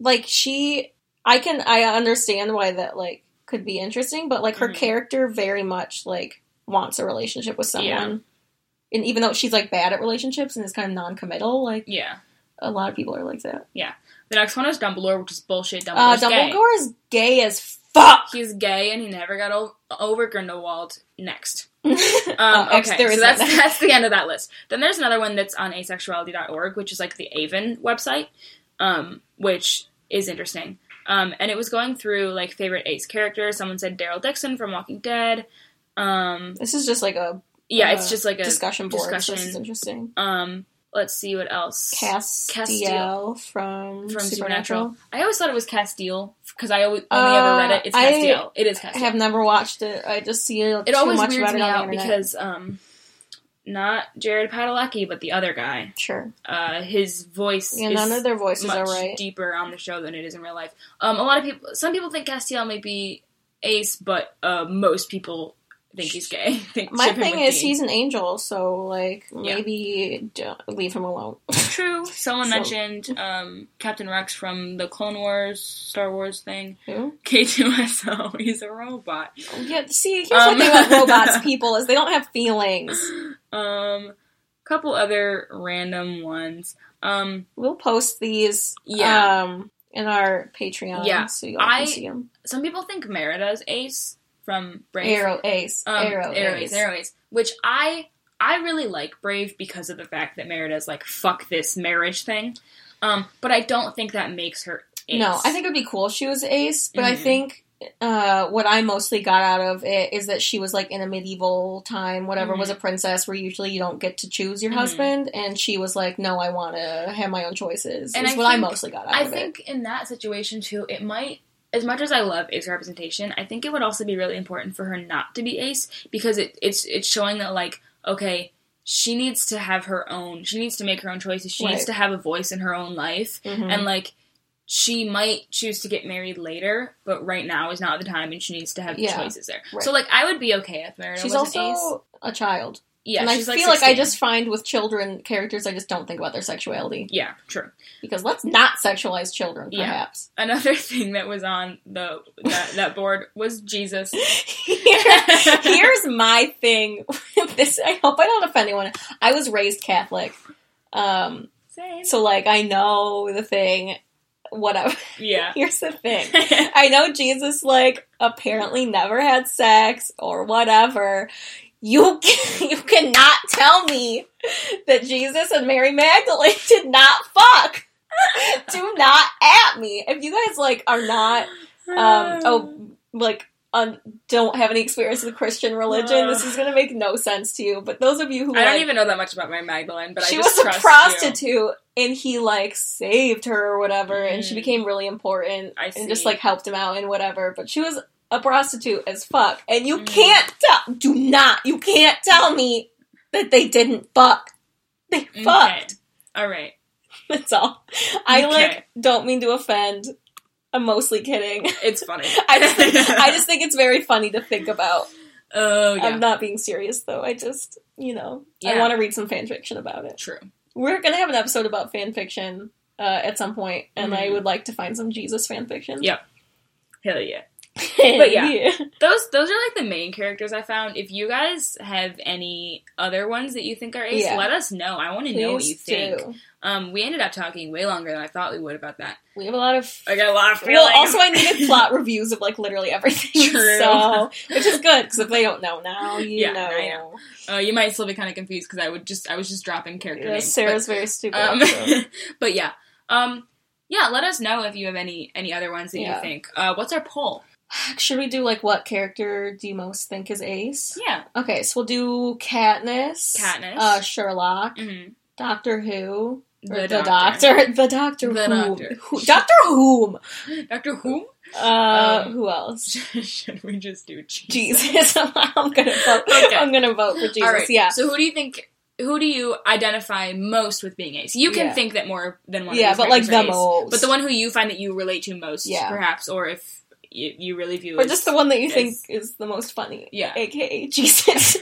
Speaker 3: Like she, I can. I understand why that like could be interesting, but like her
Speaker 1: Mhm.
Speaker 3: character very much like wants a relationship with someone.
Speaker 1: Yeah.
Speaker 3: And even though she's like bad at relationships and is kind of non-committal, like
Speaker 1: Yeah.
Speaker 3: a lot of people are like that.
Speaker 1: The next one is Dumbledore, which is bullshit.
Speaker 3: Uh,
Speaker 1: Dumbledore's Um, gay.
Speaker 3: Dumbledore is gay as fuck.
Speaker 1: He's gay and he never got o- over Grindelwald. Next.
Speaker 3: um,
Speaker 1: Um, okay,
Speaker 3: there is
Speaker 1: so that's,
Speaker 3: that.
Speaker 1: that's the end of that list. Then there's another one that's on asexuality.org, which is like the Avon website, um, which is interesting. Um, and it was going through like favorite Ace characters. Someone said Daryl Dixon from Walking Dead. Um,
Speaker 3: This is just like a
Speaker 1: yeah,
Speaker 3: Uh,
Speaker 1: it's just like a
Speaker 3: discussion board. So this is
Speaker 1: discussion.
Speaker 3: interesting.
Speaker 1: Um, let's see what else.
Speaker 3: Castiel from,
Speaker 1: from
Speaker 3: Supernatural.
Speaker 1: Supernatural. I always thought it was Castiel because I always only ever read it. It's
Speaker 3: Uh, I-
Speaker 1: Castiel. it is
Speaker 3: I
Speaker 1: Castiel.
Speaker 3: have never watched it. I just see it
Speaker 1: it
Speaker 3: too
Speaker 1: always
Speaker 3: much
Speaker 1: weirds
Speaker 3: about it
Speaker 1: me
Speaker 3: on the
Speaker 1: out
Speaker 3: internet.
Speaker 1: because um, not Jared Padalecki, but the other guy.
Speaker 3: sure,
Speaker 1: Uh, his voice
Speaker 3: yeah,
Speaker 1: is
Speaker 3: none of their voices
Speaker 1: much
Speaker 3: are right.
Speaker 1: deeper on the show than it is in real life. Um, a lot of people, some people think Castiel may be Ace, but uh, most people think he's gay. think
Speaker 3: My
Speaker 1: ship him
Speaker 3: thing
Speaker 1: with
Speaker 3: is,
Speaker 1: Dean.
Speaker 3: he's an angel, so like
Speaker 1: Yeah.
Speaker 3: maybe don't leave him alone.
Speaker 1: true. Someone
Speaker 3: So-
Speaker 1: mentioned um, Captain Rex from the Clone Wars, Star Wars thing.
Speaker 3: Who?
Speaker 1: K2SO, he's a robot.
Speaker 3: Yeah, see, here's
Speaker 1: Um.
Speaker 3: the thing about robots, people is they don't have feelings.
Speaker 1: Um, couple other random ones. Um,
Speaker 3: We'll post these,
Speaker 1: Yeah.
Speaker 3: um, in our Patreon,
Speaker 1: Yeah,
Speaker 3: so you all can
Speaker 1: I-
Speaker 3: see them.
Speaker 1: some people think Merida's Ace from Brave.
Speaker 3: Arrow Ace,
Speaker 1: um,
Speaker 3: Arrow
Speaker 1: Airways,
Speaker 3: Ace.
Speaker 1: Airways, which I I really like Brave because of the fact that Merida's like fuck this marriage thing, um, but I don't think that makes her. Ace.
Speaker 3: No, I think it'd be cool if she was Ace, but I
Speaker 1: Mhm.
Speaker 3: think uh, what I mostly got out of it is that she was like in a medieval time, whatever was
Speaker 1: Mm-hmm.
Speaker 3: a princess, where usually you don't get to choose your
Speaker 1: Mhm.
Speaker 3: husband, and she was like, "No, I want to have my own choices."
Speaker 1: And
Speaker 3: is
Speaker 1: I
Speaker 3: what I
Speaker 1: think-
Speaker 3: mostly got out
Speaker 1: I
Speaker 3: of
Speaker 1: think in that situation too, it might. As much as I love Ace representation, I think it would also be really important for her not to be Ace because it, it's it's showing that like okay, she needs to have her own. She needs to make her own choices. She
Speaker 3: Right.
Speaker 1: needs to have a voice in her own life.
Speaker 3: it. Mhm.
Speaker 1: and like she might choose to get married later, but right now is not the time, and she needs to have
Speaker 3: Yeah,
Speaker 1: choices there.
Speaker 3: right.
Speaker 1: So like, I would be okay if Merida
Speaker 3: she's
Speaker 1: was
Speaker 3: also
Speaker 1: an ace.
Speaker 3: a child,
Speaker 1: Yeah,
Speaker 3: and I
Speaker 1: she's,
Speaker 3: feel
Speaker 1: like,
Speaker 3: like I
Speaker 1: 16.
Speaker 3: just find with children characters, I just don't think about their sexuality
Speaker 1: yeah, true.
Speaker 3: because let's not sexualize children,
Speaker 1: Yeah.
Speaker 3: perhaps.
Speaker 1: Another thing that was on the that, that board was Jesus.
Speaker 3: Here- here's my thing. with this I hope I don't offend anyone. I was raised Catholic, um,
Speaker 1: Same.
Speaker 3: so like I know the thing. Whatever.
Speaker 1: Yeah.
Speaker 3: Here's the thing. I know Jesus like apparently never had sex or whatever. You can, you cannot tell me that Jesus and Mary Magdalene did not fuck. Do not at me. If you guys like are not
Speaker 1: Ah.
Speaker 3: um, oh, like um, don't have any experience with Christian religion. this is gonna make no sense to you. But those of you who
Speaker 1: Ah. I
Speaker 3: like,
Speaker 1: don't even know that much about Mary Magdalene, but
Speaker 3: she
Speaker 1: I just
Speaker 3: was a
Speaker 1: trust
Speaker 3: prostitute, and he like saved her or whatever, and she
Speaker 1: Mm.
Speaker 3: became really important
Speaker 1: I
Speaker 3: and just
Speaker 1: see.
Speaker 3: like helped him out and whatever. But she was a prostitute as fuck, and you
Speaker 1: Mm.
Speaker 3: can't tell. Do not. You can't tell me that they didn't fuck. They
Speaker 1: You. Okay.
Speaker 3: fucked.
Speaker 1: All right.
Speaker 3: That's all. I
Speaker 1: Okay.
Speaker 3: like don't mean to offend. I'm mostly kidding.
Speaker 1: It's funny.
Speaker 3: I just think I just think it's very funny to think about.
Speaker 1: Oh yeah.
Speaker 3: I'm not being serious though. I just you know I
Speaker 1: Yeah.
Speaker 3: want to read some fan fiction about it.
Speaker 1: True.
Speaker 3: We're gonna have an episode about fan fiction uh, at some point, and I
Speaker 1: Mhm.
Speaker 3: would like to find some Jesus fan fiction.
Speaker 1: Yeah. Hell yeah.
Speaker 3: but
Speaker 1: yeah. Those those are like the main characters I found. If you guys have any other ones that you think are ace,
Speaker 3: Yeah.
Speaker 1: let us know. I want to know what you
Speaker 3: Please
Speaker 1: think.
Speaker 3: do.
Speaker 1: Um, we ended up talking way longer than I thought we would about that.
Speaker 3: We have a lot of.
Speaker 1: I got a lot of feelings.
Speaker 3: Well, also I needed plot reviews of like literally everything,
Speaker 1: True.
Speaker 3: so which is good because if they don't know now, you
Speaker 1: Yeah,
Speaker 3: know.
Speaker 1: I know. uh, you might still be kind of confused because I would just I was just dropping character
Speaker 3: Yeah,
Speaker 1: names.
Speaker 3: Sarah's very stupid.
Speaker 1: but, um,
Speaker 3: so.
Speaker 1: but yeah, um, yeah. Let us know if you have any any other ones that
Speaker 3: Yeah.
Speaker 1: you think. Uh, what's our poll?
Speaker 3: Should we do like what character do you most think is Ace?
Speaker 1: Yeah,
Speaker 3: Okay, so we'll do Katniss,
Speaker 1: Katniss.
Speaker 3: uh, Sherlock,
Speaker 1: Mhm.
Speaker 3: Doctor Who, or
Speaker 1: The Doctor.
Speaker 3: the Doctor,
Speaker 1: The
Speaker 3: whom,
Speaker 1: Doctor.
Speaker 3: Who, Doctor whom,
Speaker 1: Doctor Who?
Speaker 3: uh,
Speaker 1: Um,
Speaker 3: who else?
Speaker 1: Should we just do Jesus?
Speaker 3: Jesus, I'm gonna vote.
Speaker 1: Okay.
Speaker 3: I'm gonna vote for Jesus.
Speaker 1: All right.
Speaker 3: Yeah,
Speaker 1: So who do you think? Who do you identify most with being ace? You can
Speaker 3: Yeah.
Speaker 1: think that more than one.
Speaker 3: yeah,
Speaker 1: of these
Speaker 3: but like
Speaker 1: characters
Speaker 3: the
Speaker 1: are ace.
Speaker 3: most,
Speaker 1: But the one who you find that you relate to most,
Speaker 3: Yeah.
Speaker 1: perhaps, or if you, you really view,
Speaker 3: or
Speaker 1: as-
Speaker 3: just the one that you think
Speaker 1: Yes.
Speaker 3: is the most funny.
Speaker 1: Yeah.
Speaker 3: aka Jesus.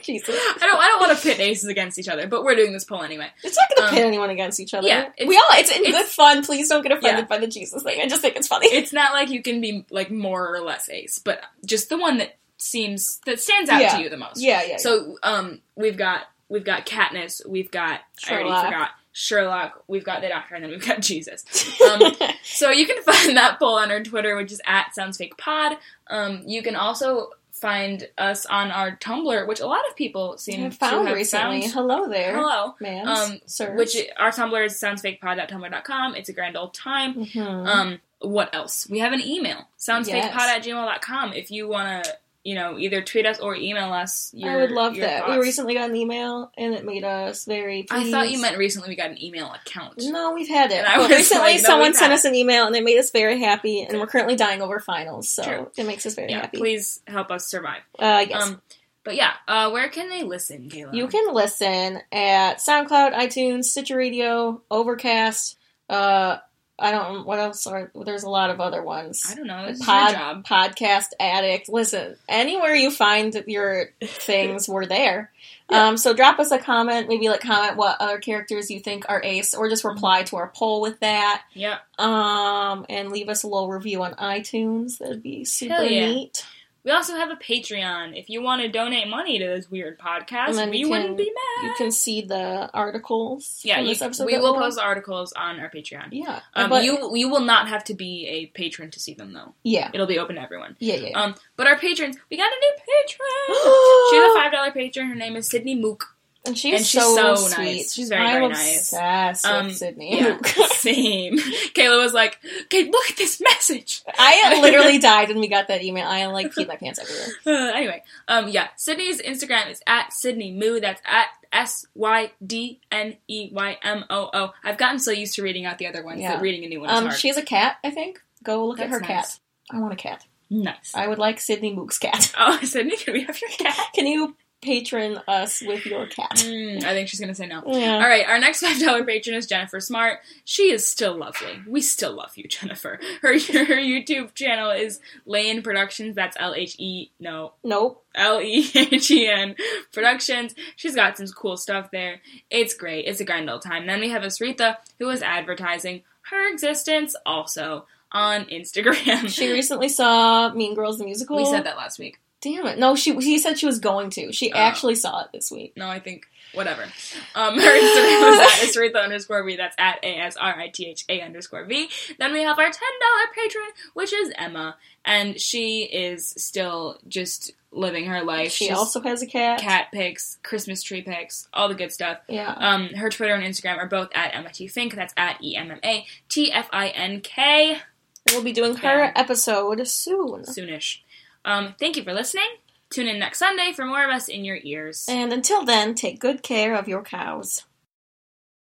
Speaker 3: Jesus,
Speaker 1: I don't. I don't want to pit aces against each other, but we're doing this poll anyway.
Speaker 3: it's not gonna
Speaker 1: Um,
Speaker 3: pit anyone against each other.
Speaker 1: yeah, it's-
Speaker 3: we all. It's in good
Speaker 1: it's-
Speaker 3: fun. Please don't get offended
Speaker 1: Yeah.
Speaker 3: by the Jesus thing. I just think it's funny.
Speaker 1: It's not like you can be like more or less ace, but just the one that seems that stands out
Speaker 3: Yeah.
Speaker 1: to you the most.
Speaker 3: yeah, yeah.
Speaker 1: So um, we've got we've got Katniss, we've got I
Speaker 3: Sherlock.
Speaker 1: already forgot Sherlock, we've got the Doctor, and then we've got Jesus.
Speaker 3: yeah.
Speaker 1: Um, So you can find that poll on our Twitter, which is at SoundsFakePod. Um, you can also find us on our Tumblr, which a lot of people seem
Speaker 3: have
Speaker 1: to
Speaker 3: found
Speaker 1: have
Speaker 3: recently.
Speaker 1: found.
Speaker 3: Hello there,
Speaker 1: Hello.
Speaker 3: ma'am.
Speaker 1: Um,
Speaker 3: sir.
Speaker 1: Which our Tumblr is soundsfakepod.tumblr.com. It's a grand old time.
Speaker 3: Mhm.
Speaker 1: Um, what else? We have an email. Soundsfakepod at gmail.com if you want to, you know, either tweet us or email us. Your,
Speaker 3: I would love
Speaker 1: your
Speaker 3: that.
Speaker 1: thoughts.
Speaker 3: We recently got an email and it made us very. Pleased.
Speaker 1: I thought you meant recently we got an email account.
Speaker 3: No, we've had it.
Speaker 1: And I
Speaker 3: But
Speaker 1: was
Speaker 3: recently,
Speaker 1: like, no,
Speaker 3: someone
Speaker 1: we've
Speaker 3: sent
Speaker 1: had
Speaker 3: us an email and it made us very happy, and we're currently dying over finals, so
Speaker 1: True.
Speaker 3: it makes us very
Speaker 1: Yeah,
Speaker 3: happy.
Speaker 1: please help us survive.
Speaker 3: Uh, yes.
Speaker 1: Um, but yeah, uh, where can they listen, Kayla?
Speaker 3: You can listen at SoundCloud, iTunes, Stitcher Radio, Overcast. Uh, I don't. What else are there's a lot of other
Speaker 1: I
Speaker 3: ones.
Speaker 1: don't know. It's your
Speaker 3: Pod,
Speaker 1: job.
Speaker 3: podcast addict. Listen, anywhere you find your things, we're there. Um, so drop us a comment. Maybe like comment what other characters you think are ace, or just reply to our poll with that.
Speaker 1: Yeah.
Speaker 3: Um, and leave us a little review on iTunes. That'd be super
Speaker 1: Hell yeah.
Speaker 3: neat.
Speaker 1: We also have a Patreon. If you want to donate money to this weird
Speaker 3: And
Speaker 1: podcast,
Speaker 3: then
Speaker 1: we
Speaker 3: you can-
Speaker 1: wouldn't be mad.
Speaker 3: You can see the articles.
Speaker 1: yeah,
Speaker 3: from
Speaker 1: you,
Speaker 3: this episode
Speaker 1: we
Speaker 3: that
Speaker 1: will
Speaker 3: we're on.
Speaker 1: post articles on our Patreon.
Speaker 3: Yeah,
Speaker 1: Um,
Speaker 3: but-
Speaker 1: you you will not have to be a patron to see them though.
Speaker 3: Yeah,
Speaker 1: It'll be open to everyone.
Speaker 3: yeah, yeah.
Speaker 1: Um, but our patrons, we got a new patron. She's a
Speaker 3: she's
Speaker 1: five dollar patron. Her name is Sydney Mook.
Speaker 3: and she's,
Speaker 1: and she's so
Speaker 3: so, sweet.
Speaker 1: nice. She's very,
Speaker 3: I'm
Speaker 1: very nice.
Speaker 3: obsessed
Speaker 1: Um,
Speaker 3: with Sydney.
Speaker 1: Yeah, same. Kayla was like, "Okay, look at this message."
Speaker 3: I literally died when we got that email. I like peed my pants everywhere.
Speaker 1: Uh, anyway, um, yeah, Sydney's Instagram is at Sydney Moo. That's at S Y D N E Y M O O. I've gotten so used to reading out the other ones
Speaker 3: Yeah.
Speaker 1: that reading a new one is
Speaker 3: Um,
Speaker 1: hard.
Speaker 3: she has a cat. I think. Go look at
Speaker 1: That's
Speaker 3: her cat.
Speaker 1: nice.
Speaker 3: I want a cat.
Speaker 1: nice.
Speaker 3: I would like Sydney Mook's cat.
Speaker 1: Oh, Sydney, can we have your cat?
Speaker 3: Can you patron us with your cat?
Speaker 1: Mm, I think she's gonna say no.
Speaker 3: Yeah.
Speaker 1: All right, our next five dollar patron is Jennifer Smart. She is still lovely. We still love you, Jennifer. Her her YouTube channel is Lane Productions. That's L H E no
Speaker 3: Nope.
Speaker 1: L E H E N Productions. She's got some cool stuff there. It's great. It's a grand old time. Then we have Asrita, who is advertising her existence also on Instagram.
Speaker 3: She recently saw Mean Girls the musical.
Speaker 1: we said that last week.
Speaker 3: Damn it! No, she she said she was going to. She
Speaker 1: Oh.
Speaker 3: actually saw it this week.
Speaker 1: No, I think whatever. Um, her Instagram is at Asritha underscore V. That's at A S R I T H A underscore V. Then we have our ten dollar patron, which is Emma, and she is still just living her life.
Speaker 3: She
Speaker 1: She's
Speaker 3: also has a cat.
Speaker 1: cat pics, Christmas tree pics, all the good stuff.
Speaker 3: Yeah.
Speaker 1: Um, her Twitter and Instagram are both at Emma T Fink. That's at E M M A T F I N K.
Speaker 3: We'll be doing her
Speaker 1: Yeah.
Speaker 3: episode soon.
Speaker 1: Soonish. Um, thank you for listening. Tune in next Sunday for more of us in your ears.
Speaker 3: And until then, take good care of your cows.